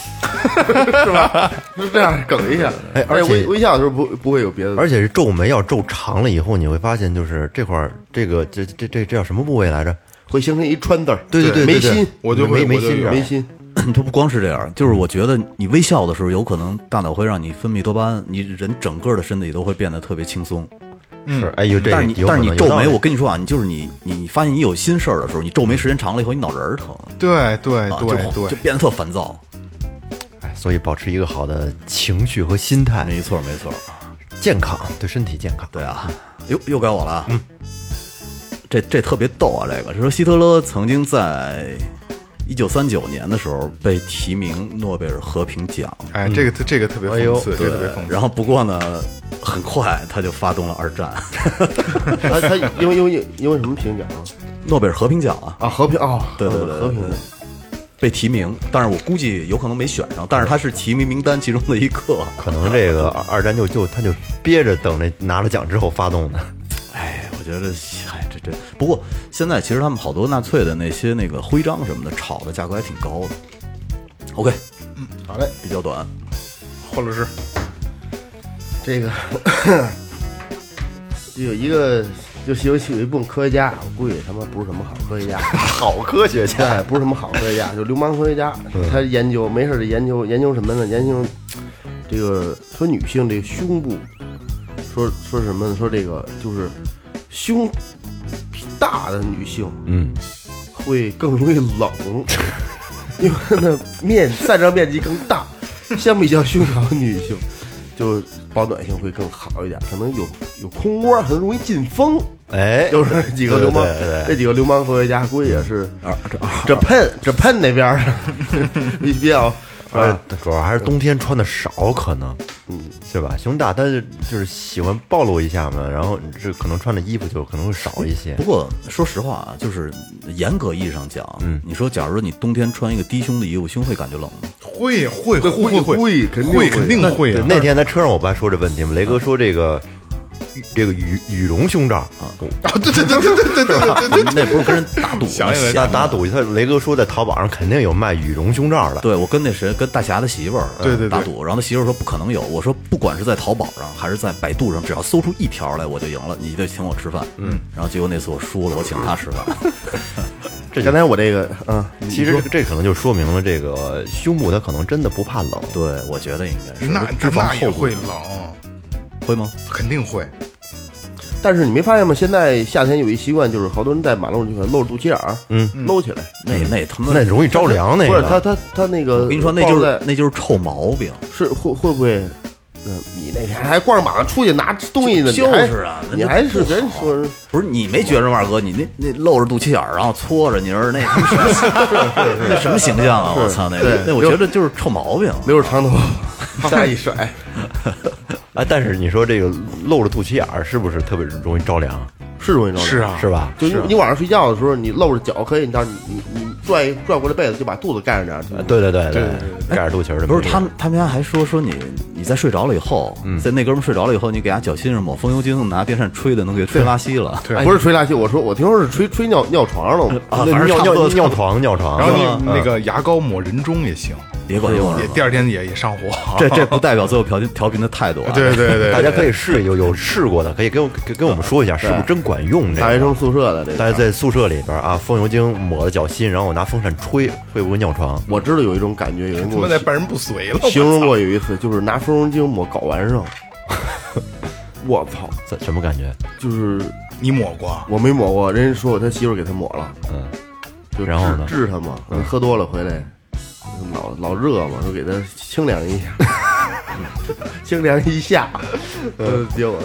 S4: 是吧？就这样梗一下。
S1: 哎而且
S4: 微微笑的时候不不会有别的。
S1: 而且是皱眉要皱长了以后，你会发现就是这块儿这个这这这这叫什么部位来着？
S4: 会形成一川字儿，
S1: 对对对对
S4: 眉
S1: 对
S4: 心，
S3: 我就会
S1: 眉
S3: 我
S1: 眉
S3: 就
S1: 心这儿
S4: 眉心，
S5: 它不光是这样，就是我觉得你微笑的时候，有可能大脑会让你分泌多巴胺，你人整个的身体都会变得特别轻松。
S1: 是，哎呦，这
S5: 但是你
S1: 有可
S5: 但是
S1: 能
S5: 你
S1: 有
S5: 皱
S1: 道理
S5: 眉，我跟你说啊，你就是你你你发现你有心事儿的时候，你皱眉时间长了以后，你脑仁儿疼
S3: 对对
S1: 哎
S5: 啊，
S3: 对
S5: 就就
S3: 对，
S5: 变得特烦躁。
S1: 所以保持一个好的情绪和心态，
S5: 没错没错，
S1: 健康对身体健康。
S5: 对啊，又又该我了啊。嗯，这这特别逗啊，这个是说希特勒曾经在一九三九年的时候被提名诺贝尔和平奖。
S3: 哎，这个这个特别
S1: 哎呦
S3: 讽刺，这个特别
S5: 对
S3: 讽，刺。
S5: 然后不过呢，很快他就发动了二战，
S4: 他啊他因为因为因为什么评奖啊？
S5: 诺贝尔和平奖啊
S4: 啊，和平哦，
S5: 对对对
S4: 和平的
S5: 被提名，但是我估计有可能没选上，但是他是提名名单其中的一个。
S1: 可能这个二二战就就他就憋着等着拿了奖之后发动的，
S5: 哎，我觉得，哎，这这不过现在其实他们好多纳粹的那些那个徽章什么的，炒的价格还挺高的。OK，嗯，好嘞，比较短，
S3: 霍老师，
S4: 这个 <laughs> 有一个就是有有一部分科学家，我估计他妈不是什么好科学家，
S1: 好科学家
S4: 哎，不是什么好科学
S1: <laughs>
S4: 家，就流氓科学家，他研究没事儿就研究研究什么呢？研究这个说女性这个胸部，说说什么呢？说这个就是胸大的女性，
S1: 嗯，
S4: 会更容易冷， <laughs> 因为呢面散热面积更大，相比较胸小的女性，就保暖性会更好一点，可能有有空窝，很容易进风。
S1: 哎，
S4: <laughs> 就是几个流氓
S1: 对对对，
S4: 这几个流
S5: 啊
S1: <laughs>
S4: 氓科学家估计也是这这喷这喷那边儿 <laughs> 比较
S1: 而且主要还是冬天穿的少，可能，嗯，对吧？熊大他就就是喜欢暴露一下嘛，然后这可能穿的衣服就可能会少一些
S5: <laughs> 不。过说实话啊，就是严格意义上讲，嗯，你说假如你冬天穿一个低胸的衣服，胸会感觉冷吗？
S3: 会会
S4: 对
S3: 会
S4: 会
S3: 会
S4: 肯定
S3: 会
S4: 会
S3: 肯定会
S1: 对
S3: 啊，
S1: 那天在车上我不还说这问题吗？雷哥说这个这个羽羽绒胸罩啊，
S3: <laughs> 啊对对对对对对
S5: <laughs>
S3: 对对
S5: 那不是跟人打赌吗？
S3: 想起来
S1: 打
S5: 闲
S1: 打赌，他雷哥说在淘宝上肯定有卖羽绒胸罩的。
S5: 对，我跟那谁，跟大侠的媳妇儿
S3: 对对对
S5: 打赌，然后他媳妇儿说不可能有，我说不管是在淘宝上还是在百度上，只要搜出一条来我就赢了，你得请我吃饭。嗯，然后结果那次我输了，我请他吃
S3: <laughs>
S5: 饭。
S4: 这刚才我这个，嗯，你
S1: 其实
S4: 说
S1: 这这可能就说明了这个胸部它可能真的不怕冷。
S5: 对，我觉得应该是
S3: 那
S5: 脂肪
S3: 那也
S5: 厚度
S3: 会冷，
S5: 会吗？
S3: 肯定会。
S4: 但是你没发现吗？现在夏天有一习惯，就是好多人在马路上就露着肚脐眼儿，嗯，搂起来。
S5: 那那他妈
S1: 那容易着凉，那
S4: 不
S1: 个
S4: 是他他他那个，
S5: 我跟你说，那就是
S4: 在
S5: 那就是臭毛病。
S4: 是会会不会？嗯，你那天还逛着马路出去拿东西呢？
S5: 就
S4: 你还
S5: 是啊那
S4: 你
S5: 就
S4: 还是
S5: 不
S4: 人
S5: 好
S4: 说是
S5: 不是你没觉着吗，二哥？你那那露着肚脐眼儿，然后搓着你儿，那他妈什么那什么形象啊？我操，那
S4: 对
S5: 个那我觉得就是臭毛病。
S4: 留着长头发，下一甩，
S1: 哎，但是你说这个露着肚脐眼儿是不是特别容易着凉？
S4: 是容易着凉。
S3: 是啊，
S1: 是吧？
S4: 就你你晚上睡觉的时候，你露着脚可以，你到你你你拽一拽过来被子就把肚子盖上点儿就
S1: 呃对对对对，盖着肚脐儿的
S5: 不
S1: 没
S5: 是
S1: 用
S5: 他们，他们家还说说你，你在睡着了以后，在那哥们儿睡着了以后，你给他脚心上抹风油精，拿电扇吹的，能给吹拉稀了。
S3: 对
S4: 不是吹拉稀，我说我听说是吹吹尿尿床上了嘛，
S5: 啊，
S1: 那
S5: 反正
S1: 尿
S5: 差不
S1: 尿
S5: 多。
S1: 尿床尿
S3: <laughs>
S1: 床，嗯
S3: 然后你那个牙膏抹人中也行，
S5: 别管用
S3: 也
S5: 是
S3: 第
S5: 吧？
S3: 二天也也上火。
S5: 嗯这这不代表最后调频调频的态度啊。
S3: <laughs> 对对对，
S1: 大家
S3: 以
S1: 可以试，有有试过的，可以跟我跟跟我们说一下，是不是真管用？这
S4: 大学
S1: 个
S4: 生宿舍的这
S1: 大家
S4: 个。
S1: 在宿舍里边啊，风油精抹了脚心，然后我拿风扇吹，会不会尿床？
S4: 我知道有一种感觉，有人给
S3: 他妈
S4: 我
S3: 在半人不遂了。
S4: 形容过有一次，就是拿芙蓉精抹睾丸上，我操，
S1: 怎什么感觉？
S4: 就是
S3: 你抹过？啊
S4: 我没抹过，人家说我他媳妇儿给他抹了，
S1: 嗯，
S4: 就
S1: 然后呢
S4: 治治他嘛，喝多了回来老老热嘛，说给他清凉一下，清凉一下，呃，结果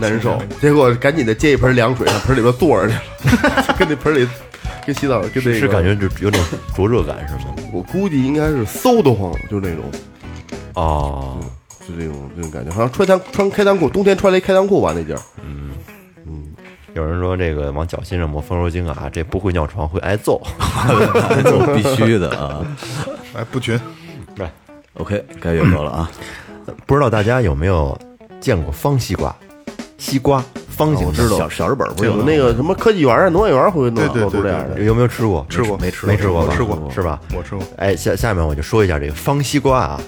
S4: 难受，结果赶紧的接一盆凉水，上盆里边坐着去了， <laughs> 就跟那盆里跟洗澡跟那个
S1: 是感觉就有种灼热感是吗？
S4: 我估计应该是馊得慌，就那种，
S1: 哦，
S4: 就这种这种感觉，好像穿裆穿开裆裤，冬天穿了一开裆裤吧那件儿，
S1: 有人说这个往脚心上抹风油精啊，这不会尿床会挨揍。 <laughs>
S5: 对，必须的啊。
S3: 哎，不群，
S1: 对，
S5: OK，该岳哥了啊。
S1: 不知道大家有没有见过方西瓜？西瓜方形的，
S5: 哦小小日本不是
S4: 有
S5: 有
S4: 那个什么科技园啊、农业园儿会弄
S3: 对对
S4: 弄出
S3: 对
S4: 这样的，
S1: 有没有吃过？
S3: 吃过
S5: 没吃
S1: 没吃过吧？
S3: 吃过
S1: 是吧？
S3: 我吃过。
S1: 哎，下下面我就说一下这个方西瓜啊，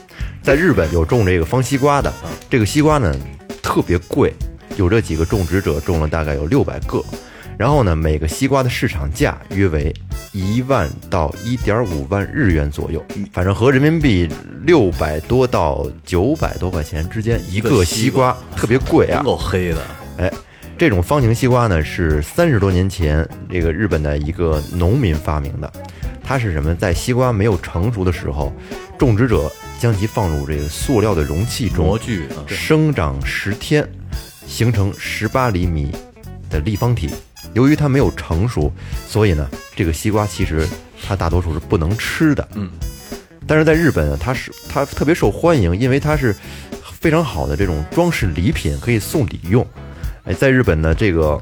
S1: 在日本有种这个方西瓜的，这个西瓜呢特别贵，有这几个种植者种了大概有六百个，然后呢每个西瓜的市场价约为一万到一点五万日元左右，反正合人民币六百多到九百多块钱之间一个西瓜，特别贵啊
S5: 真。够黑的，
S1: 哎，这种方形西瓜呢，是三十多年前这个日本的一个农民发明的。它是什么？在西瓜没有成熟的时候，种植者将其放入这个塑料的容器中
S5: 模，具啊。
S1: 生长十天，形成十八厘米的立方体。由于它没有成熟，所以呢，这个西瓜其实它大多数是不能吃的。
S5: 嗯，
S1: 但是在日本呢，它是它特别受欢迎，因为它是非常好的这种装饰礼品，可以送礼用。哎，在日本呢，这个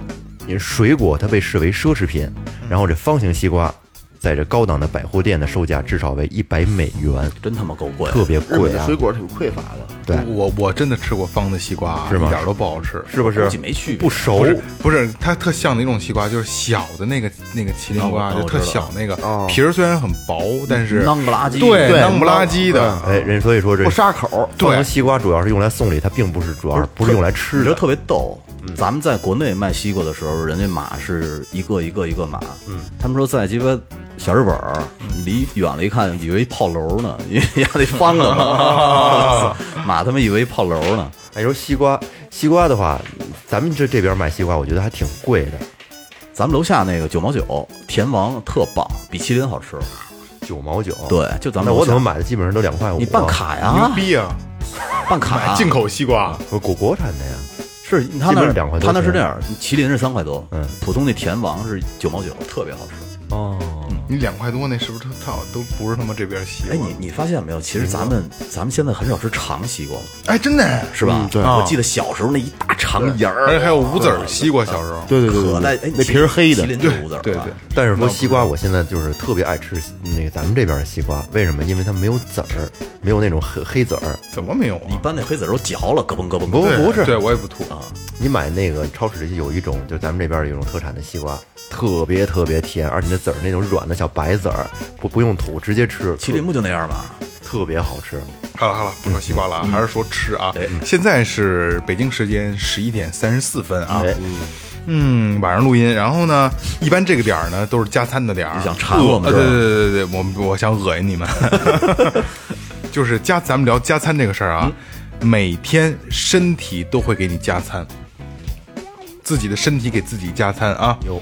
S1: 水果它被视为奢侈品，然后这方形西瓜。在这高档的百货店的售价至少为一百美元，
S5: 真他妈够贵，
S1: 特别
S4: 日
S1: 贵
S4: 本的
S1: 啊！
S4: 水果挺匮乏的。
S1: 对，
S3: 我我真的吃过方的西瓜，啊
S1: 是吗
S3: 一点都不好吃。
S1: 是不是哦
S5: 估计没去
S1: 不熟
S3: 不？是不是，它特像的一种西瓜，就是小的那个那个麒麟瓜，
S5: 哦我
S3: 就特
S5: 知道
S3: 小那个
S4: 哦，
S3: 皮儿虽然很薄，但是
S5: 囊不拉几。
S3: 对
S4: 对
S3: 囊不拉几的，
S1: 哎，人所以说这
S4: 不杀口，
S1: 放成
S3: 对
S1: 西瓜主要是用来送礼，它并不是主要不是用来
S5: 你
S1: 吃
S5: 知道
S1: 的。嗯
S5: 特别逗，咱们在国内卖西瓜的时候，人家马是一个一个一个马，嗯，他们说在鸡巴小日本儿，
S1: 嗯
S5: 离远了一看，以为炮楼呢， <laughs> 因为丫得
S1: <laughs>
S5: 翻了，马他妈以为炮楼呢，
S1: 哎，说西瓜，西瓜的话，咱们这这边卖西瓜，我觉得还挺贵的，
S5: 咱们楼下那个九毛九甜王特棒，比麒麟好吃，
S1: 九毛九。
S5: 对，就咱
S1: 那
S5: 们楼
S1: 我
S5: 下
S1: 怎么买的基本上都两块五啊？
S5: 你办卡
S3: 牛
S5: 呀，
S3: 逼啊！
S5: 办卡啊
S3: 买进口西瓜，
S1: 不是国国产的呀？
S5: 是他
S1: 基
S5: 那
S1: 本
S5: 儿
S1: 两块多
S5: 他那是
S1: 钱
S5: 这样，麒麟是三块多，
S1: 嗯，
S5: 普通那甜王是九毛九，特别好吃。
S1: 哦，
S3: 你两块多那是不是都操都不是他妈这边西瓜？
S5: 哎，你你发现没有？其实咱们
S1: 嗯
S5: 咱们现在很少吃长西瓜了，
S3: 哎真的，
S5: 是吧？
S4: 嗯对
S5: 我记得小时候那一大长叶
S3: 而
S5: 儿
S3: 且还有无籽儿西瓜，小时候
S4: 对对对，对
S5: 可
S4: 对
S5: 带，哎，
S4: 那皮儿黑的
S5: 麒，麟就是无籽儿，啊
S3: 对
S5: 吧
S3: 对，
S1: 但是说西瓜，我现在就是特别爱吃那个咱们这边的西瓜，为什么？因为它没有籽儿，没有那种黑黑籽儿。
S3: 怎么没有
S5: 一
S3: 啊？
S5: 般那黑籽儿都嚼了，咯嘣咯嘣咯
S1: 不
S5: 嘣。
S1: 不是，
S3: 对我也不吐，
S1: 你买那个超市里有一种，就是咱们这边有一种特产的西瓜，特别特别甜，而且那籽儿那种软的小白籽儿，不不用吐，直接吃，
S5: 麒麟不就那样吗？
S1: 特别好吃。
S3: 好了好了，不说西瓜了，还是说吃啊。现在是北京时间十一点三十四分啊。
S1: 哎，
S3: 嗯，晚上录音，然后呢，一般这个点儿呢都是加餐的点儿。
S5: 你想馋我们
S3: 呃
S5: 是吧
S3: 对对对对对，我我想恶心你们。就是加，咱们聊加餐这个事儿啊，每天身体都会给你加餐，自己的身体给自己加餐啊。
S1: 有，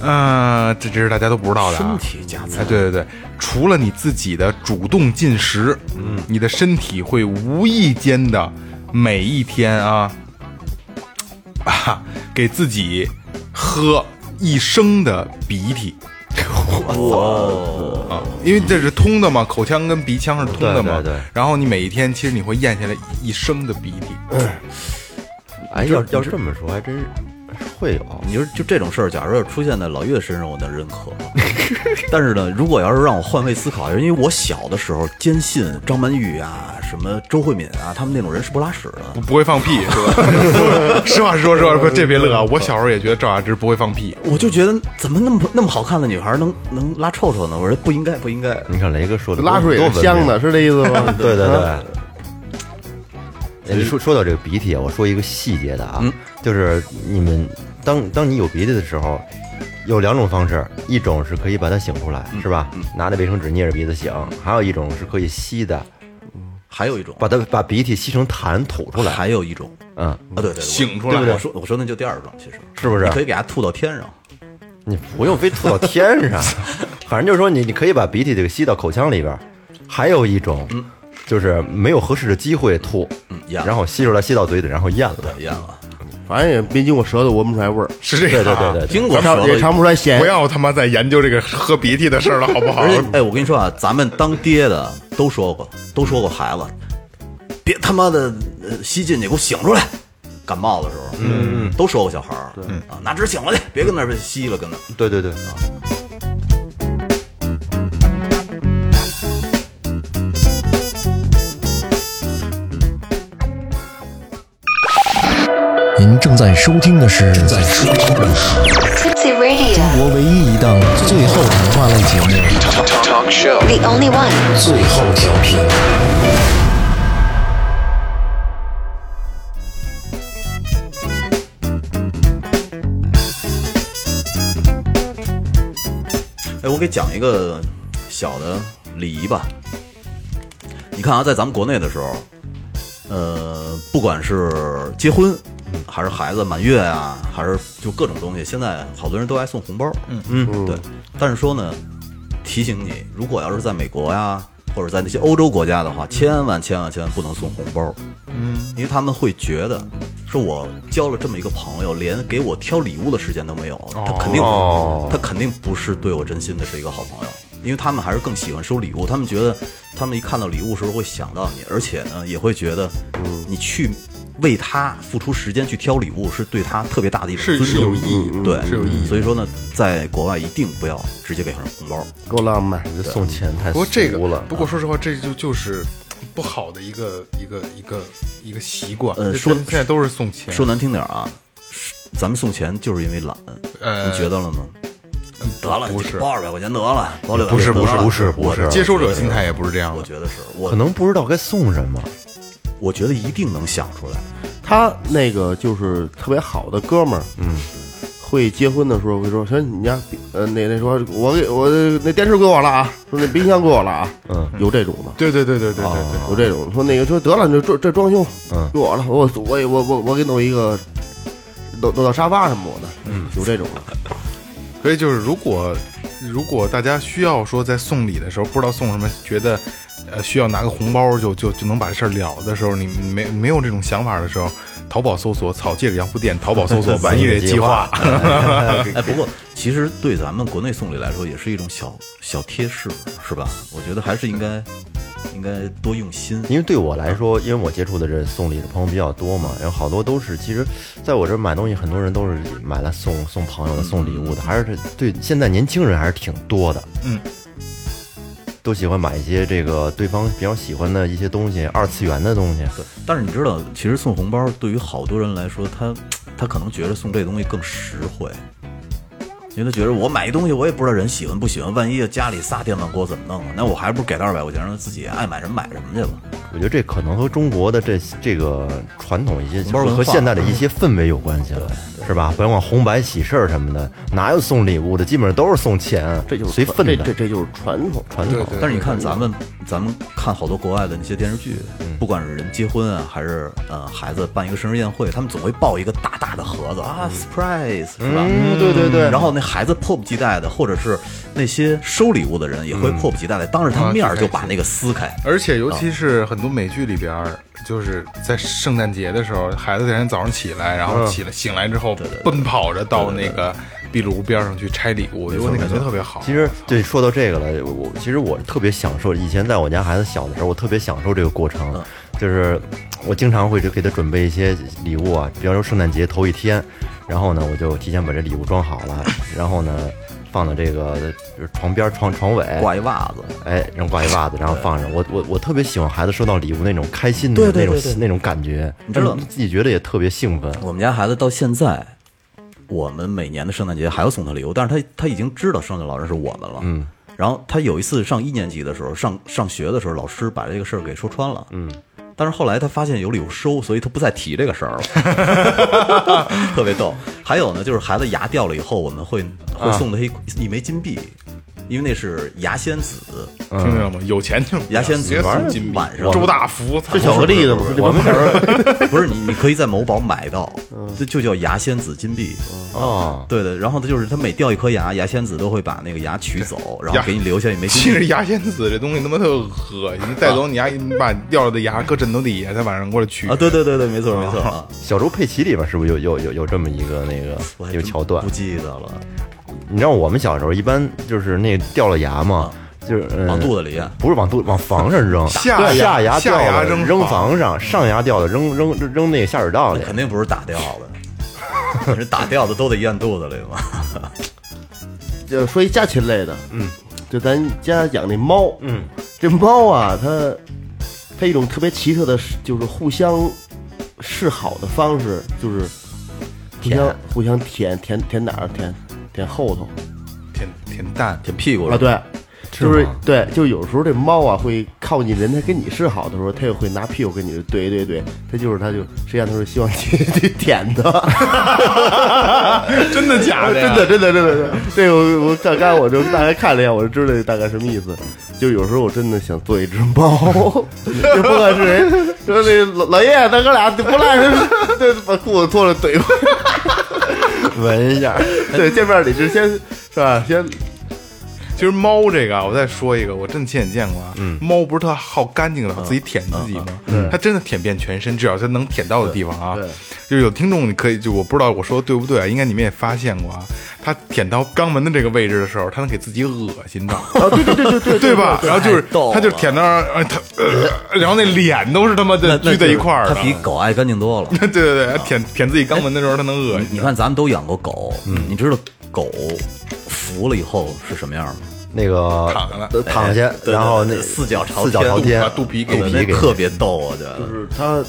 S3: 呃，这这是大家都不知道的、啊。
S5: 身体加餐
S3: 哎，对对对，除了你自己的主动进食，嗯，你的身体会无意间的每一天啊， <coughs> 啊，给自己喝一升的鼻涕。哇啊！因为这是通的嘛，口腔跟鼻腔是通的嘛。
S1: 对对对
S3: 然后你每一天，其实你会咽下来一升的鼻涕。
S1: 哎，要要这么说，还真是会有。
S5: 你说就这种事儿，假如要是出现在老岳身上，我能认可。 <laughs> 但是呢，如果要是让我换位思考，因为我小的时候坚信张曼玉啊、什么周慧敏啊，他们那种人是不拉屎的。
S3: 不不会放屁是吧？ <laughs> 实话实说，实话实说，这别乐啊！我小时候也觉得赵雅芝不会放屁，
S5: 我就觉得怎么那么那么好看的女孩能能拉臭臭呢？我说不应该，不应该。
S1: 你看雷哥说的
S4: 拉出来也
S1: 多
S4: 是香的，，是这意思吗？
S1: 多 <laughs> 文明对对
S4: 啊，
S1: 对。哎说说到这个鼻涕啊，我说一个细节的啊，
S4: 嗯
S1: 就是你们当当你有鼻涕的时候，有两种方式，一种是可以把它擤出来，
S4: 嗯
S1: 是吧？拿着卫生纸捏着鼻子擤，还有一种是可以吸的，
S5: 还有一种，
S1: 把它把鼻涕吸成痰吐出来，
S5: 还有一种
S1: 嗯，
S5: 啊，对对对，
S3: 醒出来
S5: 我我说我说那就第二种，其实
S1: 是不是
S5: 你可以给它吐到天上。
S1: 你不用非吐到天上， <laughs> 反正就是说你你可以把鼻涕这个吸到口腔里边儿。还有一种，就是没有合适的机会吐，
S5: 嗯咽了
S1: 然后吸出来吸到嘴里，然后咽了。
S5: 咽了，
S4: 反正也没经过舌头闻不出来味儿，
S3: 是这
S1: 对
S3: 个
S1: 对
S3: 啊。
S1: 对对对，
S5: 经过舌头
S4: 也尝不出来咸
S3: 不。要他妈再研究这个喝鼻涕的事儿了，好不好嗯
S5: 而？且，哎，我跟你说啊，咱们当爹的都说过，都说过孩子，别他妈的呃吸进去，给我醒出来。感冒的时候，嗯，都说过小孩儿，啊，拿纸醒过去，别跟那儿吸了，跟那儿。
S1: 对对对。
S6: 您正在收听的是正在收听的是
S7: Tipsy Radio,
S6: 中国唯一一档最后谈话类节目《
S7: the only one.
S6: 最后调频》。
S5: 哎，我给讲一个小的礼仪吧。你看啊，在咱们国内的时候，呃，不管是结婚，还是孩子满月啊，还是就各种东西，现在好多人都爱送红包。嗯嗯，对。但是说呢，提醒你，如果要是在美国呀，或者在那些欧洲国家的话，千万千万千万不能送红包。嗯，因为他们会觉得，说我交了这么一个朋友，连给我挑礼物的时间都没有，他肯定、
S3: 哦
S5: 他肯定不是对我真心的是一个好朋友。因为他们还是更喜欢收礼物，他们觉得他们一看到礼物的时候会想到你，而且呢也会觉得，你去为他付出时间去挑礼物是对他特别大的一种尊
S3: 是
S5: 重，
S3: 是有意义的
S5: 对，
S3: 嗯
S5: 嗯
S3: 是有意义的
S5: 所以说呢，在国外一定不要直接给人红包，
S4: 够浪漫，
S1: 这送钱太
S3: 不过这个
S1: 俗了，，
S3: 不过说实话，这就就是不好的一个一个一个一个习惯。
S5: 呃
S3: 这
S5: 说
S3: 现在都是送钱，
S5: 说难听点儿啊，是咱们送钱就是因为懒，
S3: 呃
S5: 你觉得了吗？得了，
S3: 不是
S5: 包二百块钱得了，包六百
S1: 不是不是不是不
S5: 我
S1: 是
S3: 接收者心态也不是这样
S5: 我
S3: 的。
S5: 觉得是，我
S1: 可能不知道该送什么。
S5: 我觉得一定能想出来，
S4: 他那个就是特别好的哥们儿，嗯，会结婚的时候会说：“行，你家呃那那说，我给我那电视归我了啊，说那冰箱归我了啊，嗯，有这种的，
S3: 对对对对对对对，
S4: 有这种的说那个说得了，你这这装修
S1: 嗯
S4: 归我了，我我也我我我给弄一个弄弄到沙发什么我的，嗯，有这种的，
S3: 所以就是如果如果大家需要说在送礼的时候不知道送什么，觉得呃需要拿个红包就就就能把这事儿了的时候，你你没没有这种想法的时候，淘宝搜索“草芥洋服店”，淘宝搜索“玩艺
S1: 计
S3: 计 <laughs> 划”。嗯
S5: 哎，不过其实对咱们国内送礼来说，也是一种小小贴士，是吧？我觉得还是应该应该多用心。
S1: 因为对我来说，因为我接触的这送礼的朋友比较多嘛，然后好多都是其实在我这儿买东西，很多人都是买来送送朋友的、送礼物的，还是对现在年轻人还是挺多的，
S3: 嗯，
S1: 都喜欢买一些这个对方比较喜欢的一些东西，二次元的东西，
S5: 对，但是你知道，其实送红包对于好多人来说，他他可能觉得送这东西更实惠，因为他觉得我买一东西，我也不知道人喜欢不喜欢，万一家里仨电饭锅怎么弄啊？那我还不如给他二百块钱，让他自己爱买什么买什么去吧。
S1: 我觉得这可能和中国的这这个传统一些
S5: 包文化
S1: 和现在的一些氛围有关系了，是吧？甭管红白喜事儿什么的，哪有送礼物的？基本上都是送钱，
S4: 这就是
S1: 随
S4: 传
S1: 份
S4: 这
S1: 的
S4: 这这就是传统。
S1: 传统。
S5: 但是你看咱们，咱们看好多国外的那些电视剧，
S1: 嗯
S5: 不管是人结婚啊，还是呃孩子办一个生日宴会，他们总会抱一个大大的盒子啊，surprise 是吧？
S1: 嗯，对对对，
S5: 然后那孩子迫不及待的，或者是那些收礼物的人也会
S1: 嗯
S5: 迫不及待的，当着他
S1: 啊
S5: 面儿就把那个撕开。
S3: 而且尤其是很多美剧里边儿，就是在圣诞节的时候，孩子第二天早上起来，然后起来醒来之后，奔跑着到那个壁炉边上去拆礼物，我觉得那感觉特别好。
S1: 其实对说到这个了，我其实我特别享受，以前在我家孩子小的时候，我特别享受这个过程，
S5: 嗯
S1: 就是我经常会就给他准备一些礼物啊，比方说圣诞节头一天，然后呢，我就提前把这礼物装好
S5: <laughs>
S1: 了，然后呢，放到这个就是床边儿床床尾。
S5: 挂一袜子，
S1: 哎，然后挂一袜子，然后放着。我我我特别喜欢孩子收到礼物那种开心的
S5: 对对
S1: 那种
S5: 对对
S1: 那种感觉，
S5: 你知道
S1: 但是自己觉得也特别兴奋。
S5: 我们家孩子到现在，我们每年的圣诞节还要送他礼物，但是他他已经知道圣诞老人是我们了。嗯。然后他有一次上一年级的时候，上上学的时候，老师把这个事儿给说穿了。嗯。但是后来他发现有礼物收，所以他不再提这个事儿了， <laughs> 特别逗。还有呢，就是孩子牙掉了以后，我们会会送他一、一枚金币，因为那是牙仙子。
S3: 听见了吗？有钱就
S5: 牙仙子
S3: 别
S5: 玩
S3: 送
S5: 儿
S3: 金币
S5: 晚上
S3: 周大福，
S4: 这巧克力的不是
S1: 我们小时候
S5: 不是你，你可以在某宝买到，这就叫牙仙子金币。
S1: <laughs> 哦，
S5: 对的，然后他就是他每掉一颗牙，牙仙子都会把那个牙取走，然后
S3: 牙
S5: 给你留下一
S3: <laughs>
S5: 枚
S3: 其
S5: 金
S3: 实
S5: 币。
S3: 牙仙子这东西他妈特恶心，你带走你牙，你把掉了的牙搁枕头底下，他晚上过来取
S5: 啊啊，对对对对，没错没
S3: <laughs>
S5: 错啊，
S1: 小猪佩奇里边是不是有有有有这么一个那
S5: 我
S1: 个
S5: 还
S1: 有
S5: 真
S1: 桥段
S5: 不？记得了，
S1: 你知道我们小时候一般就是那掉了牙嘛，就是、嗯、
S5: 往肚子里
S1: 不是往肚往房上
S3: <laughs>
S1: 扔，
S3: 下
S1: 对
S3: 牙
S1: 下牙
S3: 下
S1: 掉
S3: 牙
S1: 了
S3: 扔
S1: 扔
S3: 房
S1: 房上，上牙掉了扔扔扔扔那个下水道 <laughs> 里。
S5: 肯定不是打掉的，是打掉的都得咽肚子里嘛。
S4: 就说一家禽类的，嗯，就咱家养那猫，嗯，这猫啊，它它一种特别奇特的，就是互相示好的方式，就是互相互相舔舔舔哪儿舔舔后头
S3: 舔 <laughs> 舔蛋，
S5: 舔屁股
S4: 啊，对，就是
S1: 吗
S4: 对，就有时候这猫啊会靠近人，它跟你示好的时候，它也会拿屁股跟你对对对，它就是它就实际上它是希望你去舔它。
S3: <laughs> 真的假的？
S4: <laughs> 真的，。真的，真的，真的这个我我刚刚我就大概看了一下，我就知道大概什么意思。就有时候我真的想做一只猫， <laughs> 就不管是谁，说那老老叶，咱哥俩就不赖， <laughs> 就把裤子脱了怼过来，闻一
S1: <laughs>
S4: 下。对，见面得是先是吧？先
S3: 其实猫这个啊，我再说一个，我真的亲眼见过啊。猫不是特好干净的，自己舔自己吗？它真的舔遍全身，只要它能舔到的地方啊。就有听众你可以，就我不知道我说的对不对啊，应该你们也发现过啊。它舔到肛门的这个位置的时候，它能给自己恶心到。 <laughs> 啊，对对对对对，对哎吧？然后就是
S5: 太逗了
S3: 它就舔到，呃它呃然后那脸都是他啊妈的
S5: 那
S3: 聚在一块儿
S5: 它
S3: 的。
S5: 比狗爱干净多了。
S3: <laughs> 对对对，舔舔自己肛门的时候，它能恶
S5: 你
S3: 心。
S5: 看咱们都养过狗，嗯
S3: 嗯
S5: 你知道狗服了以后是什么样吗？
S1: 那个
S3: 躺下了
S1: 呃躺下，
S5: 对
S1: 然后
S5: 对
S1: 那
S5: 对四脚朝
S1: 四脚朝
S5: 天
S1: 天
S3: 把，肚皮给
S1: 肚
S5: 对
S1: 皮
S5: 那
S1: 给
S5: 特别逗，啊我觉得。
S4: 就是它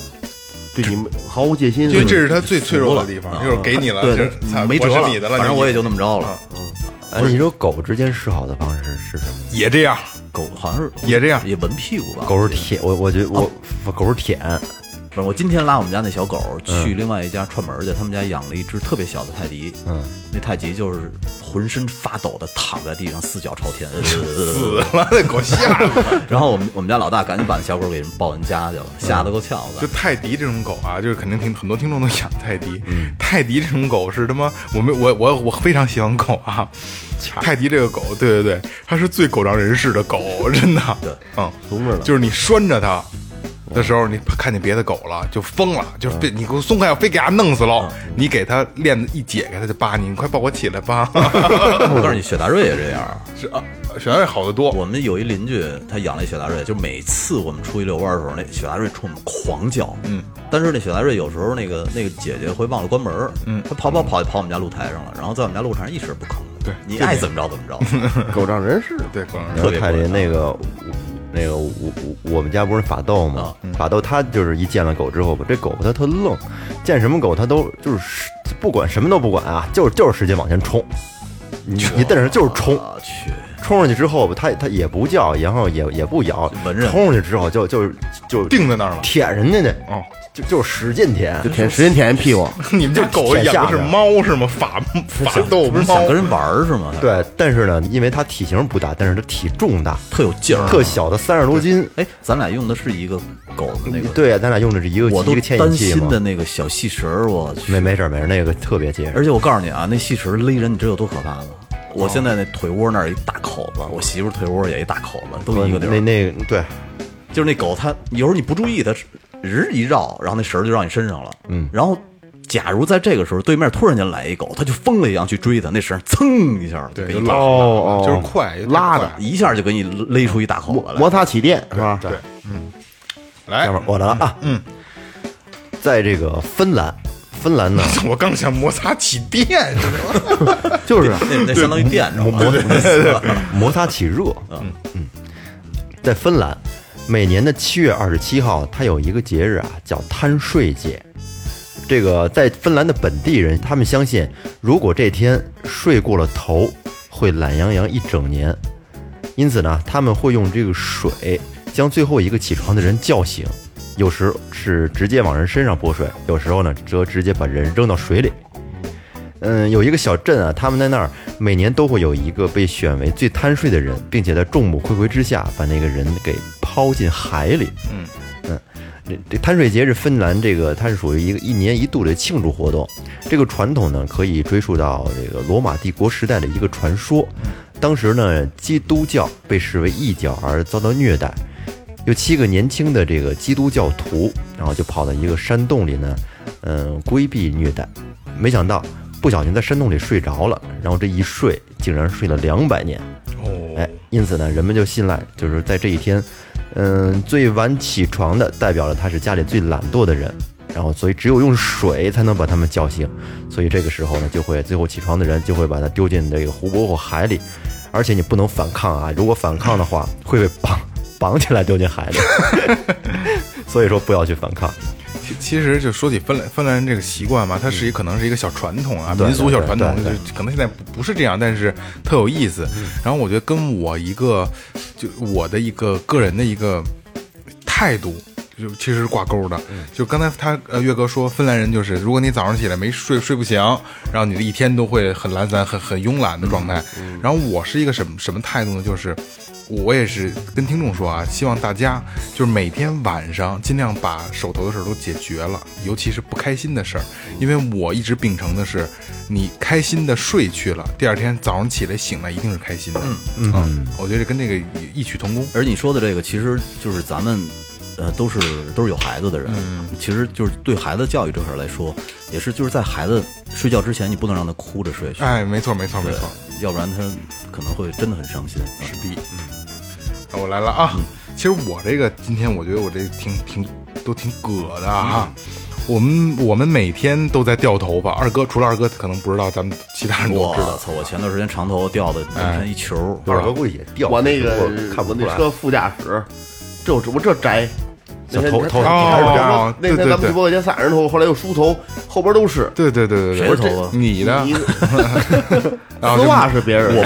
S4: 对你们毫无戒心，
S3: 因为这
S4: 是吧
S3: 是它最脆弱的地
S5: 服
S3: 方，
S5: 了
S3: 就是给你了，
S5: 嗯对
S3: 就是
S5: 对
S3: 操
S5: 没辙
S3: 我是你的了，
S5: 反正
S3: 你啊
S5: 我也就那么着了。
S1: 哎，你说狗之间示好的方式是什么？
S3: 也这样。
S5: 狗好像是
S3: 也这样
S5: 也闻屁股吧？
S1: 狗是舔，我我觉得我狗是舔，
S5: 不是，我今天拉我们家那小狗去另外一家串门去，他们家养了一只特别小的泰迪，嗯，那泰迪就是浑身发抖的躺在地上，四脚朝天， <laughs> 嗯
S3: 死了， <laughs> 那狗吓的。
S5: 然后我们我们家老大赶紧把那小狗给人抱人家去了，吓得够呛
S3: 就
S5: 的。
S3: 泰迪这种狗啊，就是肯定听很多听众都养泰迪。
S5: 嗯
S3: 泰迪这种狗是他妈，我没我我我非常喜欢狗啊。泰迪这个狗，对对对，
S5: <laughs>
S3: 它是最狗仗人势的狗，真的。对，嗯，
S4: 怂着了。
S3: 就是你拴着它，
S5: 嗯
S3: 的时候，你看见别的狗了就疯了，就是非你给我松开，我非给它弄死喽！
S5: 嗯
S3: 你给它链子一解开，它就扒你，你快抱我起来
S5: <laughs>
S3: 吧！
S5: 我告诉你，雪达瑞也这样。
S3: 是啊，雪瑞好得多，
S5: 我们有一邻居，他养了一雪达瑞，就每次我们出去遛弯儿的时候，那雪达瑞冲我们狂叫。嗯，但是那雪达瑞有时候那个那个姐姐会忘了关门儿，嗯，她跑跑跑就跑我们家露台上了，然后在我们家路上一声不吭。
S3: 对
S5: 你爱怎么着怎么 <laughs> 着。
S4: 狗仗人势，
S3: 对，光
S1: 说泰林
S5: 啊
S1: 那个，那个我我我们家不是法斗吗？
S5: 啊
S1: 法斗他就是一见了狗之后吧，这狗它特愣，见什么狗它都就是不管什么都不管啊，就是就是使劲往前冲，你你瞪着就是冲，
S5: 我啊去，
S1: 冲上去之后吧，它它也不叫，然后也也不咬，
S5: 闻着
S1: 冲上去之后就就就
S3: 定在那儿了。
S1: 舔人家去，
S3: 哦，
S1: 就就使劲舔，
S4: 就舔时间舔屁股，
S3: <laughs> 你们这狗
S1: 舔
S3: 养
S1: 下
S3: 的是
S1: 边
S3: 猫是吗？法法斗
S5: 不是想
S3: 猫
S5: 跟人玩儿是吗？，
S1: 对。但是呢，因为它体型不大，但是它体重大，
S5: 特有劲儿。
S1: 特小的三十多斤。
S5: 哎，咱俩用的是一个狗的那个，
S1: 对，啊咱俩用的是一个
S5: 我
S1: 一
S5: 都
S1: 个牵
S5: 担
S1: 引器
S5: 心
S1: 嘛
S5: 的。那个小细绳儿，我去。
S1: 没没事儿没事儿，那个特别结实。
S5: 而且我告诉你啊，那细绳勒人，你知道有多可怕吗？
S1: 哦
S5: 我现在那腿窝那儿一大口子，我媳妇儿腿窝也一大口子，都一个地
S1: 那
S5: 儿。
S1: 那对，
S5: 就是那狗，它有时候你不注意，它日一绕，然后那绳儿就绕你身上了。嗯，然后假如在这个时候对面突然间来一狗，它就疯了一样去追它，那绳儿噌一下就给
S3: 就
S5: 你
S3: 拉
S4: 哦哦
S3: 就是快
S4: 拉的
S3: 快
S5: 一下就给你勒出一大口子来。
S4: 摩擦起电是吧？对，
S3: 来
S1: 要，不我来了啊。嗯，在这个芬兰，芬兰呢
S3: <laughs> 我刚想摩擦起电，是吧
S4: 就是啊
S5: <laughs> 那那相当于电着嘛， <laughs>
S1: 摩擦起热，嗯嗯，在芬兰，每年的七月二十七号，它有一个节日啊，叫贪睡节。这个在芬兰的本地人，他们相信，如果这天睡过了头，会懒洋洋一整年。因此呢，他们会用这个水将最后一个起床的人叫醒，有时是直接往人身上泼水，有时候呢，则直接把人扔到水里。嗯，有一个小镇啊，他们在那儿每年都会有一个被选为最贪睡的人，并且在众目睽睽之下把那个人给抛进海里。嗯这这贪睡节是芬兰这个，它是属于一个一年一度的庆祝活动。这个传统呢，可以追溯到这个罗马帝国时代的一个传说。当时呢，基督教被视为异教而遭到虐待，有七个年轻的这个基督教徒，然后就跑到一个山洞里呢，嗯，规避虐待。没想到不小心在山洞里睡着了，然后这一睡竟然睡了两百年。哎，因此呢，人们就信赖，就是在这一天，嗯，最晚起床的代表了他是家里最懒惰的人，然后所以只有用水才能把他们叫醒，所以这个时候呢，就会最后起床的人就会把他丢进这个湖泊或海里，而且你不能反抗啊，如果反抗的话会被绑绑起来丢进 <laughs> 海里，所以说不要去反抗，
S3: <laughs> 其其实就说起芬兰芬兰人这个习惯嘛，它是一可能是一个小传统啊，
S1: 对
S3: 民俗小传统，
S1: 对
S3: 就
S1: 对
S3: 是可能现在不不是这样，但是特有意思。然后我觉得跟我一个就我的一个个人的一个态度。就其实是挂钩的，就刚才他呃岳哥说芬兰人就是，如果你早上起来没睡睡不醒，然后你的一天都会很懒散、很很慵懒的状态。然后我是一个什么什么态度呢？就是我也是跟听众说啊，希望大家就是每天晚上尽量把手头的事儿都解决了，尤其是不开心的事儿。因为我一直秉承的是，你开心的睡去了，第二天早上起来醒来一定是开心的。嗯嗯，我觉得跟这个异曲同工。
S5: 而你说的这个，其实就是咱们，呃，都是都是有孩子的人，其实就是对孩子教育这事儿来说，也是就是在孩子睡觉之前，你不能让他哭着睡去，
S3: 哎，没错，没错，没
S5: 对
S3: 错。，
S5: 要不然他可能会真的很伤心。嗯是的，
S3: 嗯那我来了啊！
S4: 嗯
S3: 其实我这个今天我觉得我这挺挺都挺葛的啊。
S4: 嗯
S3: 我们我们每天都在掉头发，二哥除了二哥可能不知道，咱们其他人嗯都
S5: 我
S3: 知道。哎
S5: 操！我前段时间长头发掉的凌晨一球，
S1: 耳朵估计也
S4: <laughs>
S1: 掉，
S4: 我那个
S1: 看不
S4: 我
S1: 出
S4: 那
S1: 来
S4: 车副驾驶，这我这我这摘，那天
S1: 头
S4: 你看
S1: 头
S4: 你看
S3: 哦
S4: 我说
S3: 哦
S4: 那
S3: 对
S4: 天
S3: 对
S4: 咱们
S3: 对
S4: 直播间仨人头，后来又梳头，后边都是
S3: 对对对对
S5: 谁
S3: 对，
S5: 的头发？
S3: 你的 <laughs>
S4: 你
S3: 然后就
S4: 丝袜是别人的，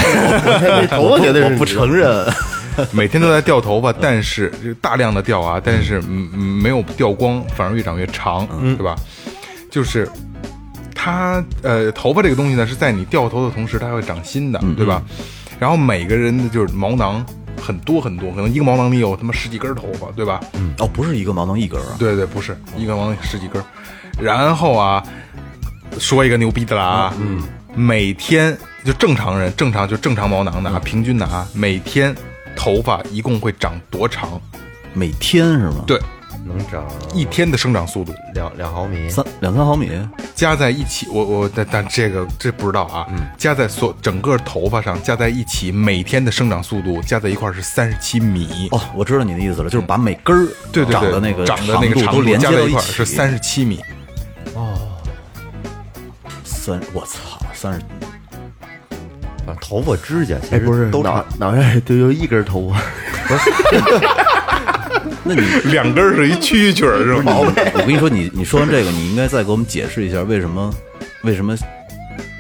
S4: <laughs> 我那头发绝对是
S5: 我
S4: 你的
S5: 不承认，
S3: 每天都在掉头发，但是就大量的掉啊，但是嗯嗯没有掉光，反而越长越长，对吧？就是它呃，头发这个东西呢，是在你掉头的同时，它会长新的，对吧？然后每个人的就是毛囊很多很多，可能一个毛囊里有他妈十几根头发，对吧？
S5: 哦，不是一个毛囊一根儿啊，
S3: 嗯对对，不是一个毛囊十几根儿。然后啊，说一个牛逼的了啊，嗯，每天就正常人，正常就正常毛囊的啊，平均的啊，每天头发一共会长多长？
S5: 每天是吗？
S3: 对，
S1: 能长
S3: 一天的生长速度
S1: 两两毫米，
S5: 三两三毫米，
S3: 加在一起，我我但但这个这不知道啊，加在所整个头发上加在一起，每天的生长速度加在一块儿是三十七米。
S5: 哦，我知道你的意思了，就是把每根儿
S3: 对对对，
S5: 长的那个
S3: 长的那个
S5: 度
S3: 长
S5: 都连接
S3: 加在
S5: 到
S3: 一块儿
S5: 起，
S3: 是三十七米，
S5: 三，我操，三十，
S1: 啊头发指甲其
S4: 哎，
S1: 实
S4: 不是
S1: 都
S4: 脑
S1: 长，
S4: 脑袋就就一根头啊发，
S5: 那你
S3: 两根儿是一蛐蛐儿是吗？
S5: 我跟你说，你你说完这个，你应该再给我们解释一下为什么为什么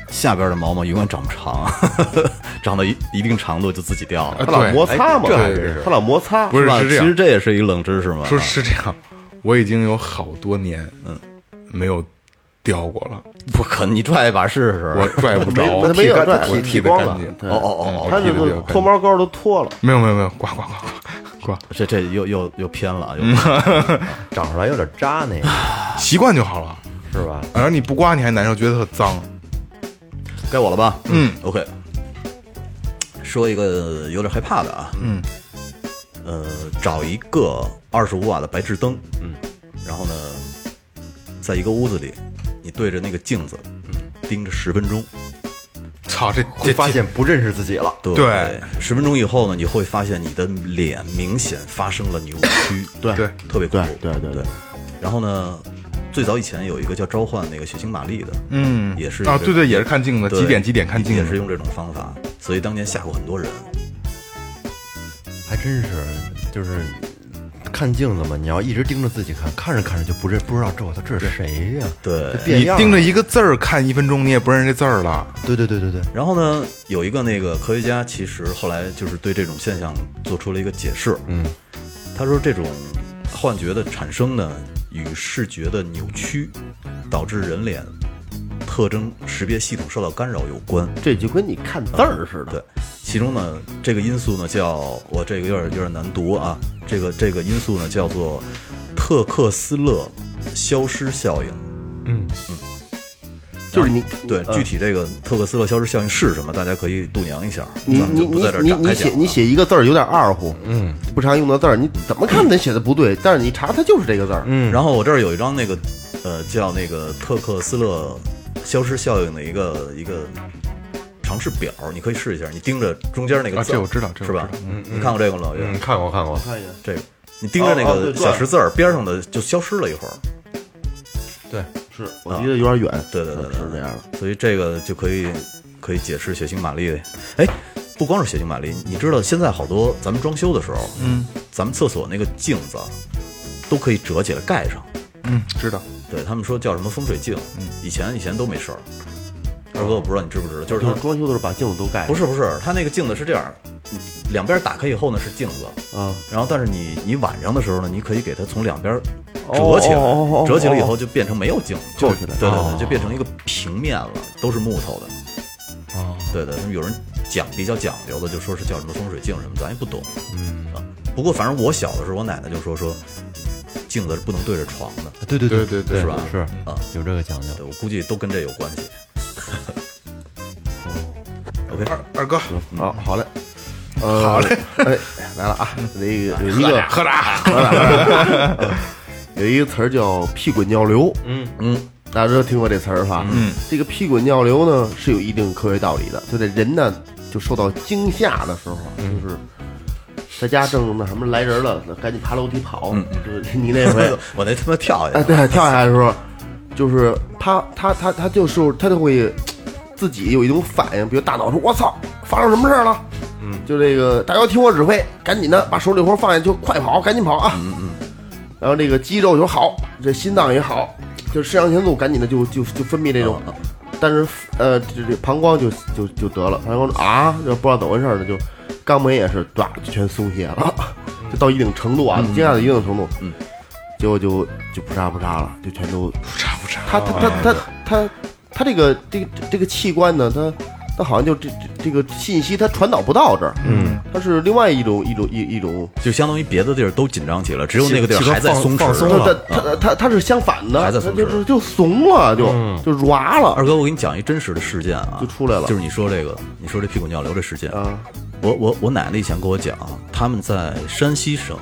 S5: 下边的毛毛永远长不长，啊 <laughs> 长到一一定长度就自己掉
S3: 啊
S5: 了。
S4: 他老
S3: 对
S4: 摩擦嘛，
S3: 哎这还真是
S4: 他老摩擦，
S3: 不是
S5: 吧
S3: 是这
S5: 其实
S3: 样，
S5: 这也是一个冷知识嘛。
S3: 说是这样，我已经有好多年嗯没有掉过了，
S5: 不可能，你拽一把试试。
S3: 我拽不着，
S4: 没没
S3: 剃
S4: 有
S3: 干
S4: 拽
S3: 我
S4: 剃
S3: 剃的
S4: 光
S3: 干
S4: 了
S3: 净。
S4: 对
S5: 哦
S3: 嗯
S5: 哦哦
S3: 我
S5: 哦，
S4: 他
S3: 剃
S4: 那
S3: 得比较
S4: 个
S3: 干
S4: 脱
S3: 净
S4: 毛膏都脱了。
S3: 没有没有没有，刮刮刮刮刮，
S5: 这这又又又偏了，啊又
S3: 嗯
S5: 偏了
S1: 长出来有点扎那个，
S3: 习惯就好了。
S1: 是吧？
S3: 然后你不刮你还难受，觉得特脏。
S5: 该我了吧？
S3: 嗯
S5: ，OK。说一个有点害怕的啊，嗯，呃，找一个二十五瓦的白炽灯，嗯，然后呢，在一个屋子里，你对着那个镜子，嗯，盯着十分钟，
S3: 操，这
S1: <laughs> 会
S3: 这
S1: 发现不认识自己了，
S5: 对
S3: 对
S5: 十分钟以后呢，你会发现你的脸明显发生了扭曲，对
S3: 对
S5: 特别恐怖，
S4: 对对对对
S5: 对然后呢，最早以前有一个叫召唤那个血腥玛丽的，
S3: 嗯
S5: 也是
S3: 啊，
S5: 一个
S3: 对对，也是看镜子，
S5: 对
S3: 几点几点看
S5: 也
S3: 镜
S5: 是
S3: 子，
S5: 用这种方法，所以当年吓过很多人。
S1: 还真是，就是看镜子嘛，你要一直盯着自己看，看着看着就不认不知道这我操这是谁呀、
S5: 对
S1: 这，
S3: 你
S1: 变样了
S3: 盯着一个字儿看一分钟，你也不认识这字儿了。
S1: 对对对对对，
S5: 然后呢，有一个那个科学家，其实后来就是对这种现象做出了一个解释。嗯，他说这种幻觉的产生呢，与视觉的扭曲导致人脸特征识别系统受到干扰有关。
S4: 这就跟你看字儿似
S3: 啊
S4: 的。
S5: 对，其中呢，这个因素呢叫我这个有点有点难读啊，这个这个因素呢叫做特克斯勒消失效应。
S4: 就是你嗯
S5: 对，具体这个特克斯勒消失效应是什么，大家可以度娘一下，
S4: 你
S5: 咱们
S4: 你
S5: 就不
S4: 你
S5: 在这儿
S4: 你
S5: 展开
S4: 你写
S5: 讲了。啊
S4: 你写一个字儿有点二乎，嗯，不常用的字儿，你怎么看得写的不对，但是你查它就是这个字儿，嗯，
S5: 然后我这儿有一张那个，呃，叫那个特克斯勒消失效应的一个一个尝试表，你可以试一下。你盯着中间那个
S3: 啊
S5: 字，
S3: 这我知道这我
S5: 是吧
S3: 知道？
S5: 嗯，你看过这个吗？老岳，
S1: 嗯，看过看过，
S4: 看一眼，
S5: 这个你盯着那
S4: 哦哦对
S5: 个
S4: 对
S5: 小石字儿边上的就消失了一会儿。
S1: 对，
S4: 是啊我离得有点远，嗯
S5: 对对对对
S4: 是这样的。
S5: 所以这个就可以可以解释血腥玛丽。哎，不光是血腥玛丽，你知道现在好多咱们装修的时候，嗯，咱们厕所那个镜子都可以折起来盖上。
S3: 嗯，知道。
S5: 对他们说叫什么风水镜，嗯，以前以前都没事儿。二哥，我不知道你知不知道，就是
S4: 就是
S5: 它
S4: 装修的时候把镜子都盖上，
S5: 不是不是，它那个镜子是这样，嗯两边打开以后呢是镜子，
S4: 啊，
S5: 然后但是你你晚上的时候呢，你可以给它从两边折起来，
S4: 哦哦哦哦
S5: 折起来以后就变成没有镜，
S4: 扣
S5: 就
S4: 起来
S5: 对对对，就变成一个平面了，都是木头的。哦，对对，有人讲比较讲究的，就说是叫什么风水镜什么，咱也不懂。嗯、啊，不过反正我小的时候，我奶奶就说说镜子是不能对着床的。
S1: 对对
S3: 对
S1: 对
S3: 对对
S1: 是
S5: 是吧
S1: 是
S5: 啊
S1: 有这个讲究，
S5: 对，我估计都跟这有关系。OK，
S3: 二二哥，
S4: 好，嗯好嘞，好嘞，哎，来了啊，那个有一个嗯
S3: 喝俩，
S4: <laughs> 有一个词儿叫屁滚尿流，嗯嗯，大家都听过这词儿吧？嗯，这个屁滚尿流呢是有一定科学道理的，就在人呢就受到惊吓的时候，啊就是在家正那什么来人了，那赶紧爬楼梯跑，就是 <laughs> 你那回
S5: 我那他妈跳下
S4: 哎，
S5: 去
S4: 对
S5: 了，，
S4: 跳下来的时候，就是他他他他就是他就会自己有一种反应，比如大脑说“我操，发生什么事儿了”，嗯，就这个大家听我指挥，赶紧的把手里活放下，就快跑，赶紧跑啊！嗯嗯。然后这个肌肉就好，这心脏也好，就肾上腺素赶紧的就就就分泌这种，但是呃，这这膀胱就就就得了，膀胱啊，就不知道怎么回事儿了，就肛门也是唰就全松懈了，就到一定程度啊，惊讶到一定程度，嗯，结果就就不扎不扎了，就全都
S3: 不差不差。
S4: 他他他他他他这个这个这个器官呢，他他好像就这这这个信息它传导不到这儿，嗯，它是另外一种一种一一种，
S5: 就相当于别的地儿都紧张起来，只有那个地儿
S1: 气氛
S5: 还在
S1: 放
S5: 松
S1: 放
S5: 弛
S1: 松
S5: 着。
S1: 了
S4: 它它它它是相反的，
S5: 还在
S4: 它
S5: 松
S4: 就
S5: 弛
S4: 就就怂了，就就软了
S5: 二哥，我给你讲一真实的事件啊，
S4: 就出来了
S5: 就是你说这个，你说这屁股尿流这事件，
S4: 啊，
S5: 我我我奶奶以前跟我讲，他们在山西省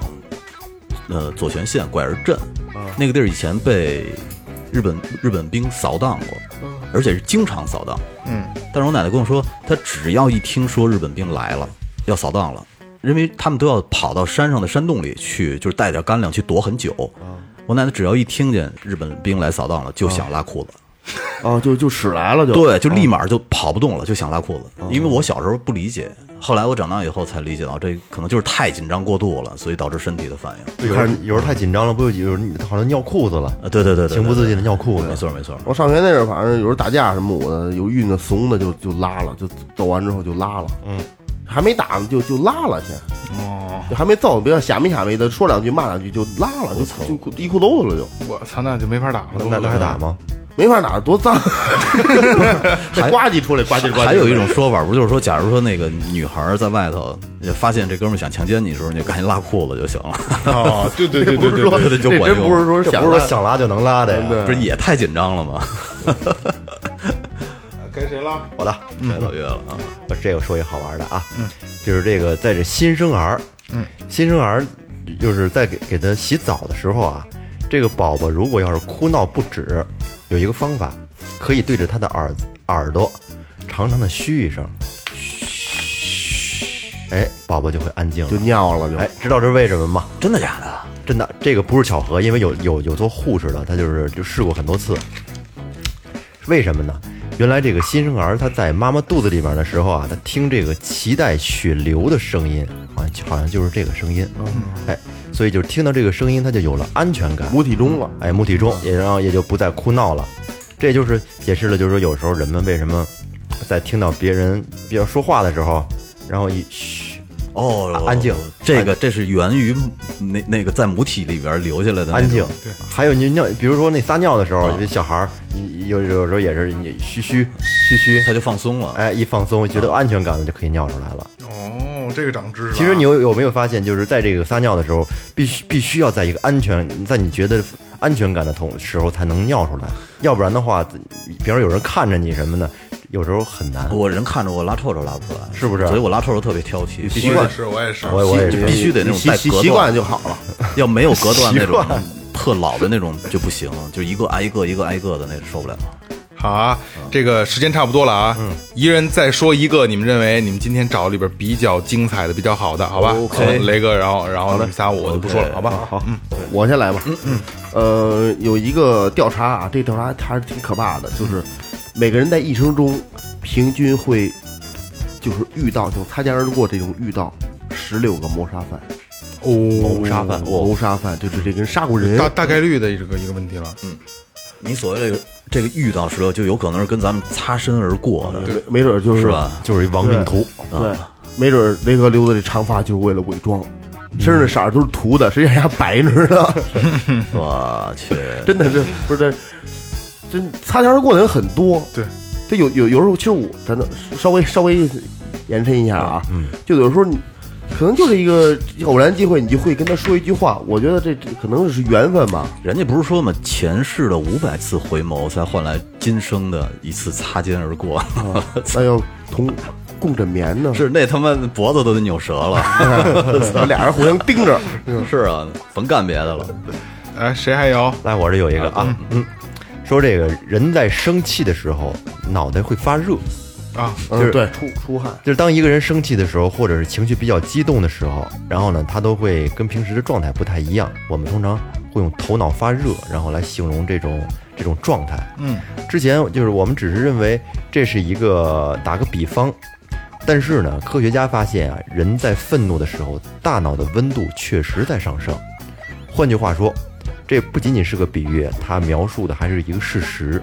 S5: 呃左权县拐儿镇，
S4: 啊
S5: 那个地儿以前被日本日本兵扫荡过，
S4: 嗯
S5: 而且是经常扫荡。嗯，但是我奶奶跟我说，她只要一听说日本兵来了，要扫荡了，因为他们都要跑到山上的山洞里去，就是带点干粮去躲很久。
S4: 啊
S5: 我奶奶只要一听见日本兵来扫荡了，就想拉裤子。
S4: 啊，就就使来了就，
S5: 对，
S1: 嗯
S5: 就立马就跑不动了，就想拉裤子。因为我小时候不理解，后来我长大以后才理解到，这可能就是太紧张过度了，所以导致身体的反应。
S1: 有时候有时候太紧张了，不就有时候你好像尿裤子了，
S5: 啊，对对对对，对
S1: 情不自禁的尿裤子
S5: 没。错没错。
S4: 我上学那阵儿，反正有时候打架什么，我有运的怂的就就拉了，就揍完之后就拉了，嗯，还没打呢就就拉了先，哦，就还没揍，别下没下没的，说两句骂两句就拉了，就就一裤兜子了就，
S3: 我操，那就没法打了，
S1: 那那还打吗？
S4: 没法打，多
S5: <laughs>
S4: 脏，这呱唧出来呱唧呱唧，
S5: 还有一种说法，不就是说，假如说那个女孩在外头也发现这哥们儿想强奸你的时候，你就赶紧拉裤子就行了，
S4: <laughs>
S3: 啊，对对对对对
S5: 对对，就管
S4: 真
S5: 用。
S4: 哦不是说
S1: 这
S4: 想
S1: 不是说
S4: 拉
S1: 想拉就能拉的呀。
S5: 不是也太紧张了吗？
S3: 该谁拉？
S1: 好的，
S5: <laughs> 太老岳了啊！
S1: 我这个说一好玩的啊，就是这个在这新生儿，嗯，新生儿就是在给给他洗澡的时候啊，这个宝宝如果要是哭闹不止，有一个方法，可以对着他的耳耳朵长长的嘘一声，嘘，哎，宝宝就会安静
S4: 就
S1: 了。
S4: 尿了就，
S1: 哎，知道这是为什么吗？
S5: 真的假的？
S1: 真的，这个不是巧合，因为有有有做护士的，他就是就试过很多次。为什么呢？原来这个新生儿他在妈妈肚子里面的时候啊，他听这个脐带血流的声音，好像好像就是这个声音，哎，所以就听到这个声音，他就有了安全感，
S4: 母体中了，
S1: 哎，母体中也然后也就不再哭闹了。这就是解释了，就是说有时候人们为什么在听到别人别人说话的时候，然后一嘘
S5: 哦，
S1: 啊安静
S5: 这个这是源于那那个在母体里边留下来的那种
S1: 安静。还有你尿，比如说那撒尿的时候，这小孩儿你有有时候也是你嘘嘘嘘嘘，
S5: 他就放松了。
S1: 哎，一放松觉得有安全感了，就可以尿出来了。
S3: 哦，这个长知识了啊。
S1: 其实你有有没有发现，就是在这个撒尿的时候，必须必须要在一个安全，在你觉得安全感的同时候才能尿出来，要不然的话，比方说有人看着你什么的，有时候很难。
S5: 我人看着我拉臭臭拉不出来，
S1: 是不是
S5: 所以我拉臭臭特别挑剔，
S3: 我也是，我也是，
S1: 我我也，
S5: 就是必须得那种
S4: 习
S5: 带
S4: 习
S5: 隔
S4: 习
S5: 断
S4: 惯就好了，
S5: 要没有隔断那
S1: 习
S5: 种
S1: 惯
S5: 特老的那种就不行，就一个挨一个，一个挨一个的那受不了。
S3: 好啊，这个时间差不多了啊，
S5: 嗯
S3: 一人再说一个，你们认为你们今天找里边比较精彩的、比较好的，好吧
S5: OK
S3: 雷哥，然后然后你们仨我就不说了，好吧？好，嗯，
S4: 我先来吧。嗯嗯。呃，有一个调查啊，这个调查还是挺可怕的，就是每个人在一生中平均会就是遇到，就擦肩而过这种遇到十六个谋杀犯。
S3: 哦，
S1: 杀犯
S4: 谋杀犯就是这个人杀过人
S3: 大。大概率的一个一个问题了，嗯
S5: 你所谓这个这个遇到时候，就有可能是跟咱们擦身而过的，
S4: 没没准儿就是啊
S5: 是？吧？
S1: 就是一亡命徒。
S4: 对，没准儿雷哥留的这长发就是为了伪装，身上的色儿都是涂的，实际上人家白着呢。
S5: 我去，
S4: <laughs> 真的，这不是这真擦肩而过的人很多。
S3: 对，
S4: 这有有有时候，其实我咱能稍微稍微延伸一下啊，嗯，就有时候你可能就是一个偶然机会，你就会跟他说一句话。我觉得这这可能是缘分吧。
S5: 人家不是说嘛，前世的五百次回眸才换来今生的一次擦肩而过，
S4: 嗯那要同共枕眠呢，
S5: <laughs> 是那他妈脖子都得扭折了。
S4: <laughs> 俩人互相盯着。
S5: <laughs> 是啊，甭干别的了。
S3: 哎，谁还有？
S1: 来，我这有一个啊，嗯，说这个人在生气的时候，脑袋会发热。
S3: 啊，
S1: 就
S4: 嗯，
S1: 是
S4: 对，出出汗。
S1: 就是当一个人生气的时候，或者是情绪比较激动的时候，然后呢，他都会跟平时的状态不太一样。我们通常会用头脑发热，然后来形容这种这种状态。
S3: 嗯，
S1: 之前就是我们只是认为这是一个打个比方，但是呢，科学家发现啊，人在愤怒的时候，大脑的温度确实在上升。换句话说，这不仅仅是个比喻，它描述的还是一个事实。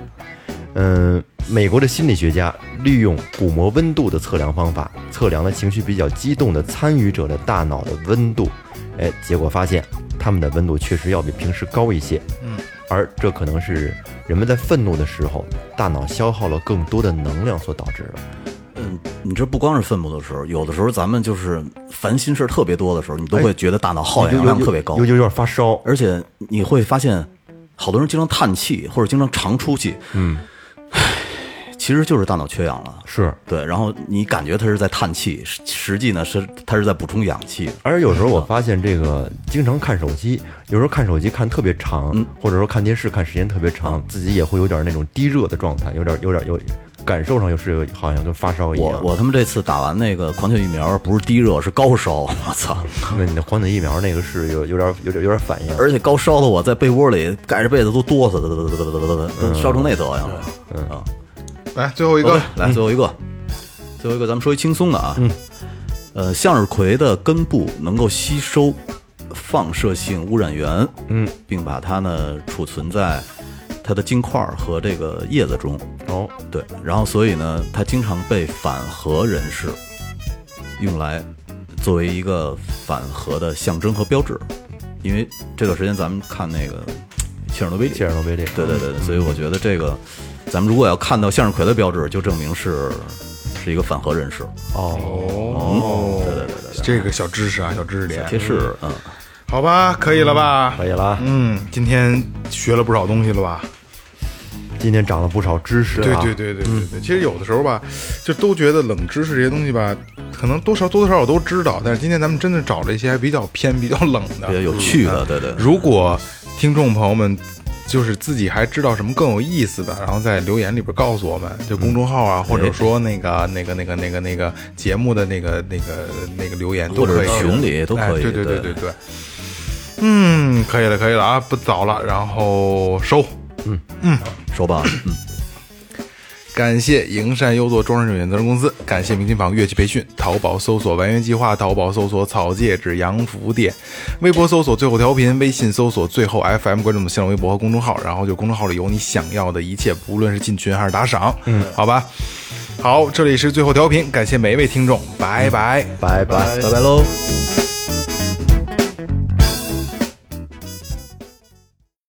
S1: 嗯，美国的心理学家利用鼓膜温度的测量方法，测量了情绪比较激动的参与者的大脑的温度。哎，结果发现他们的温度确实要比平时高一些。嗯，而这可能是人们在愤怒的时候，大脑消耗了更多的能量所导致的。
S5: 嗯，你这不光是愤怒的时候，有的时候咱们就是烦心事儿特别多的时候，你都会觉得大脑耗氧量特别高
S1: 哎有，有有点发烧。
S5: 而且你会发现，好多人经常叹气或者经常长出气。嗯，唉，其实就是大脑缺氧了。
S1: 是，
S5: 对，然后你感觉它是在叹气，实实际呢是它是在补充氧气。
S1: 而有时候我发现这个经常看手机，有时候看手机看特别长，或者说看电视看时间特别长，自己也会有点那种低热的状态，有点有点有感受上又是有好像跟发烧一
S5: 我
S1: 样。
S5: 我他妈这次打完那个狂犬疫苗，不是低热是高烧，我操！
S1: 那你的狂犬疫苗那个是有有点有点有点反应，
S5: 而且高烧的我在被窝里盖着被子都哆嗦，嘚嘚嘚嘚嘚嘚嘚都烧成那德行了。嗯啊，
S3: 来哎最后一个
S5: OK，来最后一个，最后一个，咱们说一轻松的啊。嗯。呃，向日葵的根部能够吸收放射性污染源，嗯，并把它呢储存在它的茎块儿和这个叶子中。
S1: 哦，
S5: 对，然后所以呢，它经常被反核人士用来作为一个反核的象征和标志，因为这段时间咱们看那个切尔诺贝利，
S1: 切尔诺贝利，
S5: 对对对，对所以我觉得这个，咱们如果要看到向日葵的标志，就证明是是一个反核人士。嗯
S3: 哦，对对对对，这个小知识啊，小知识点
S5: 贴士，嗯，
S3: 好吧，可以了吧？
S1: 可以了啊。
S3: 嗯，今天学了不少东西了吧？
S1: 今天长了不少知识
S3: 对
S1: 啊，
S3: 对对对对
S5: 嗯
S3: 对，其实有的时候吧，就都觉得冷知识这些东西吧，可能多少多多少少都知道，但是今天咱们真的找了一些还比较偏、比较冷的，嗯
S5: 比较有趣的，对对。
S3: 如果听众朋友们就是自己还知道什么更有意思的，然后在留言里边告诉我们，就公众号啊，或者说那个那个那个那个那个节目的那个那个那个留言都
S5: 或者
S3: 可以，
S5: 群里都
S3: 哎
S5: 可以
S3: 对对对
S5: 对
S3: 对对。嗯，可以了，可以了啊，不早了，然后收。
S5: 说吧，嗯，
S3: 感谢营山优作装饰有限责任公司，感谢明琴坊乐器培训，淘宝搜索“完园计划”，淘宝搜索“草戒指洋服店”，微博搜索“最后调频”，微信搜索“最后 FM”，关注我们新浪微博和公众号，然后就公众号里有你想要的一切，不论是进群还是打赏，嗯，好吧。好，这里是最后调频，感谢每一位听众，拜拜。
S1: 拜拜。
S5: 拜拜喽。